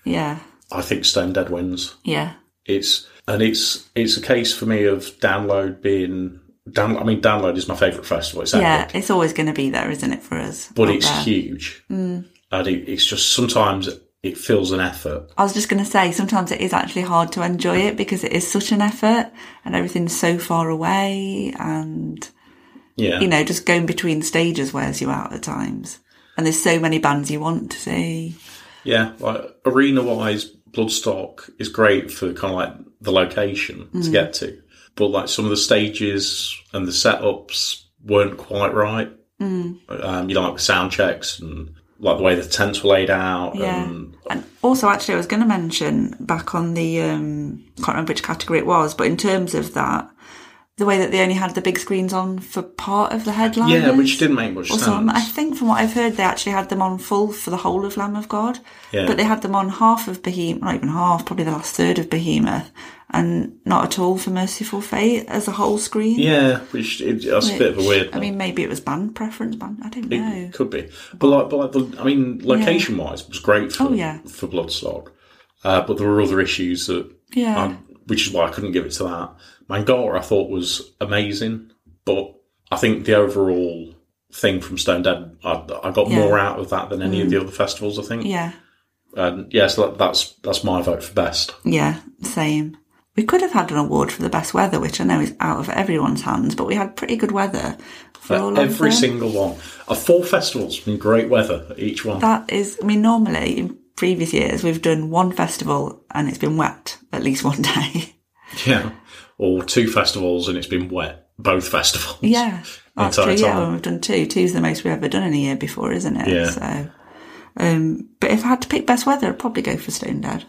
[SPEAKER 2] yeah.
[SPEAKER 1] I think Stone Dead wins.
[SPEAKER 2] Yeah.
[SPEAKER 1] It's and it's it's a case for me of download being down. I mean, download is my favourite festival. It's epic,
[SPEAKER 2] Yeah, it's always going to be there, isn't it, for us?
[SPEAKER 1] but
[SPEAKER 2] Up
[SPEAKER 1] it's
[SPEAKER 2] there.
[SPEAKER 1] huge, and it, it's just sometimes it feels an effort.
[SPEAKER 2] I was just going to say, sometimes it is actually hard to enjoy it because it is such an effort and everything's so far away and,
[SPEAKER 1] Yeah.
[SPEAKER 2] you know, just going between stages wears you out at times. And there's so many bands you want to see.
[SPEAKER 1] Yeah, like arena wise, Bloodstock is great for kind of like the location to
[SPEAKER 2] Mm.
[SPEAKER 1] get to, but like some of the stages and the setups weren't quite right. Mm. Um, you know, like sound checks and like the way the tents were laid out.
[SPEAKER 2] Yeah.
[SPEAKER 1] And
[SPEAKER 2] And also, actually, I was going to mention back on the, um, can't remember which category it was, but in terms of that, the way that they only had the big screens on for part of the headline.
[SPEAKER 1] yeah, which didn't make much
[SPEAKER 2] Also, um, I
[SPEAKER 1] sense.
[SPEAKER 2] think from what I've heard, they actually had them on full for the whole of Lamb of God,
[SPEAKER 1] Yeah.
[SPEAKER 2] but they had them on half of Behemoth, not even half, probably the last third of Behemoth, and not at all for Merciful Fate as a whole screen.
[SPEAKER 1] Yeah, which it, that's a bit of a
[SPEAKER 2] Which,
[SPEAKER 1] weird.
[SPEAKER 2] I mean, maybe it was band preference, band. I don't know.
[SPEAKER 1] It could be, but like, but like the, I mean, location wise, it was great for
[SPEAKER 2] Oh, yeah.
[SPEAKER 1] for Bloodstock, uh, but there were other issues that,
[SPEAKER 2] Yeah.
[SPEAKER 1] um, which is why I couldn't give it to that. Mangara I thought was amazing, but I think the overall thing from Stone Dead, I, I got
[SPEAKER 2] Yeah. Mm.
[SPEAKER 1] more out of that than any of the other festivals. I think,
[SPEAKER 2] yeah,
[SPEAKER 1] and yeah, so that, that's that's my vote for best.
[SPEAKER 2] yeah, same. We could have had an award for the best weather, which I know is out of everyone's hands, but we had pretty good weather for all of
[SPEAKER 1] Every
[SPEAKER 2] them.
[SPEAKER 1] single one, uh, four festivals in great weather at each one.
[SPEAKER 2] That is, I mean, normally in previous years we've done one festival and it's been wet at least [laughs] one day.
[SPEAKER 1] [laughs] yeah, or two festivals and it's been wet. Both festivals.
[SPEAKER 2] Yeah, that's true.
[SPEAKER 1] entire
[SPEAKER 2] Yeah,
[SPEAKER 1] time.
[SPEAKER 2] when we've done two, two's the most we've ever done in a year before, isn't it?
[SPEAKER 1] Yeah.
[SPEAKER 2] So, um, but if I had to pick best weather, I'd probably go for Stone Dead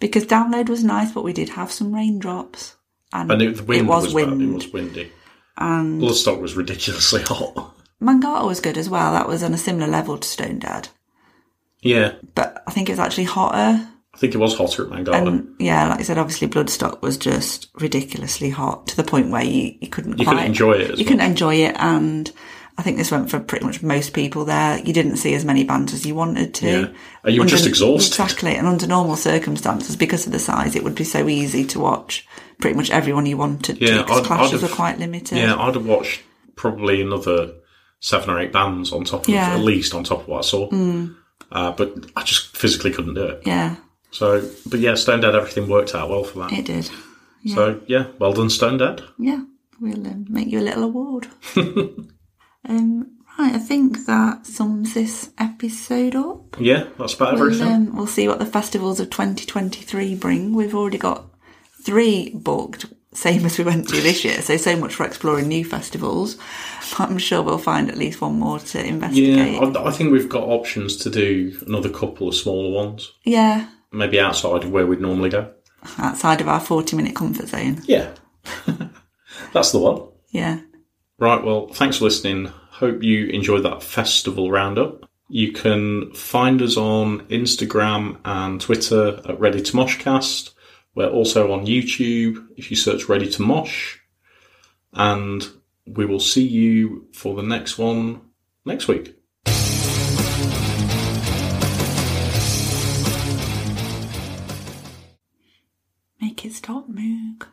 [SPEAKER 2] because download was nice, but we did have some raindrops, and,
[SPEAKER 1] And it, the wind
[SPEAKER 2] it was,
[SPEAKER 1] bad.
[SPEAKER 2] wind.
[SPEAKER 1] It was windy. And Bloodstock was ridiculously [laughs] hot.
[SPEAKER 2] Mangata was good as well. That was on a similar level to Stone Dead,
[SPEAKER 1] Yeah,
[SPEAKER 2] but I think it was actually hotter.
[SPEAKER 1] I think it was hotter at Mangala.
[SPEAKER 2] Um, Yeah, like I said, obviously Bloodstock was just ridiculously hot to the point where you, you couldn't
[SPEAKER 1] you
[SPEAKER 2] quite
[SPEAKER 1] couldn't enjoy it. As
[SPEAKER 2] you couldn't enjoy it and I think this went for pretty much most people there. You didn't see as many bands as you wanted to.
[SPEAKER 1] Yeah. And you were just exhausted.
[SPEAKER 2] Exactly. And under normal circumstances, because of the size, it would be so easy to watch pretty much everyone you wanted to
[SPEAKER 1] Yeah,
[SPEAKER 2] because
[SPEAKER 1] I'd- I'd
[SPEAKER 2] clashes
[SPEAKER 1] have-
[SPEAKER 2] were quite limited.
[SPEAKER 1] well. yeah, I'd have watched probably another seven or eight bands on top of
[SPEAKER 2] Yeah.
[SPEAKER 1] at least on top of what I saw. Uh, but I just physically couldn't do it.
[SPEAKER 2] Yeah,
[SPEAKER 1] So, but yeah, Stone Dead, everything worked out well for that.
[SPEAKER 2] it did.
[SPEAKER 1] So yeah, well done, Stone Dead.
[SPEAKER 2] Yeah, we'll um, make you a
[SPEAKER 1] [laughs]
[SPEAKER 2] little award. um, right, I think that sums this episode up.
[SPEAKER 1] Yeah, that's about
[SPEAKER 2] We'll,
[SPEAKER 1] everything.
[SPEAKER 2] um, we'll see what the festivals of 2023 bring. We've already got three booked, same as we went to this year. So, so much for exploring new festivals. But I'm sure we'll find at least one more to investigate.
[SPEAKER 1] yeah, I, I think we've got options to do another couple of smaller ones,
[SPEAKER 2] yeah,
[SPEAKER 1] maybe outside of where we'd normally go.
[SPEAKER 2] outside of our 40 minute comfort zone.
[SPEAKER 1] Yeah. [laughs] That's the one.
[SPEAKER 2] Yeah.
[SPEAKER 1] Right, well, thanks for listening. Hope you enjoyed that festival roundup. You can find us on Instagram and Twitter at Ready to Moshcast. We're also on YouTube if you search Ready to Mosh. And we will see you for the next one next week.
[SPEAKER 2] Make it stop, Moog.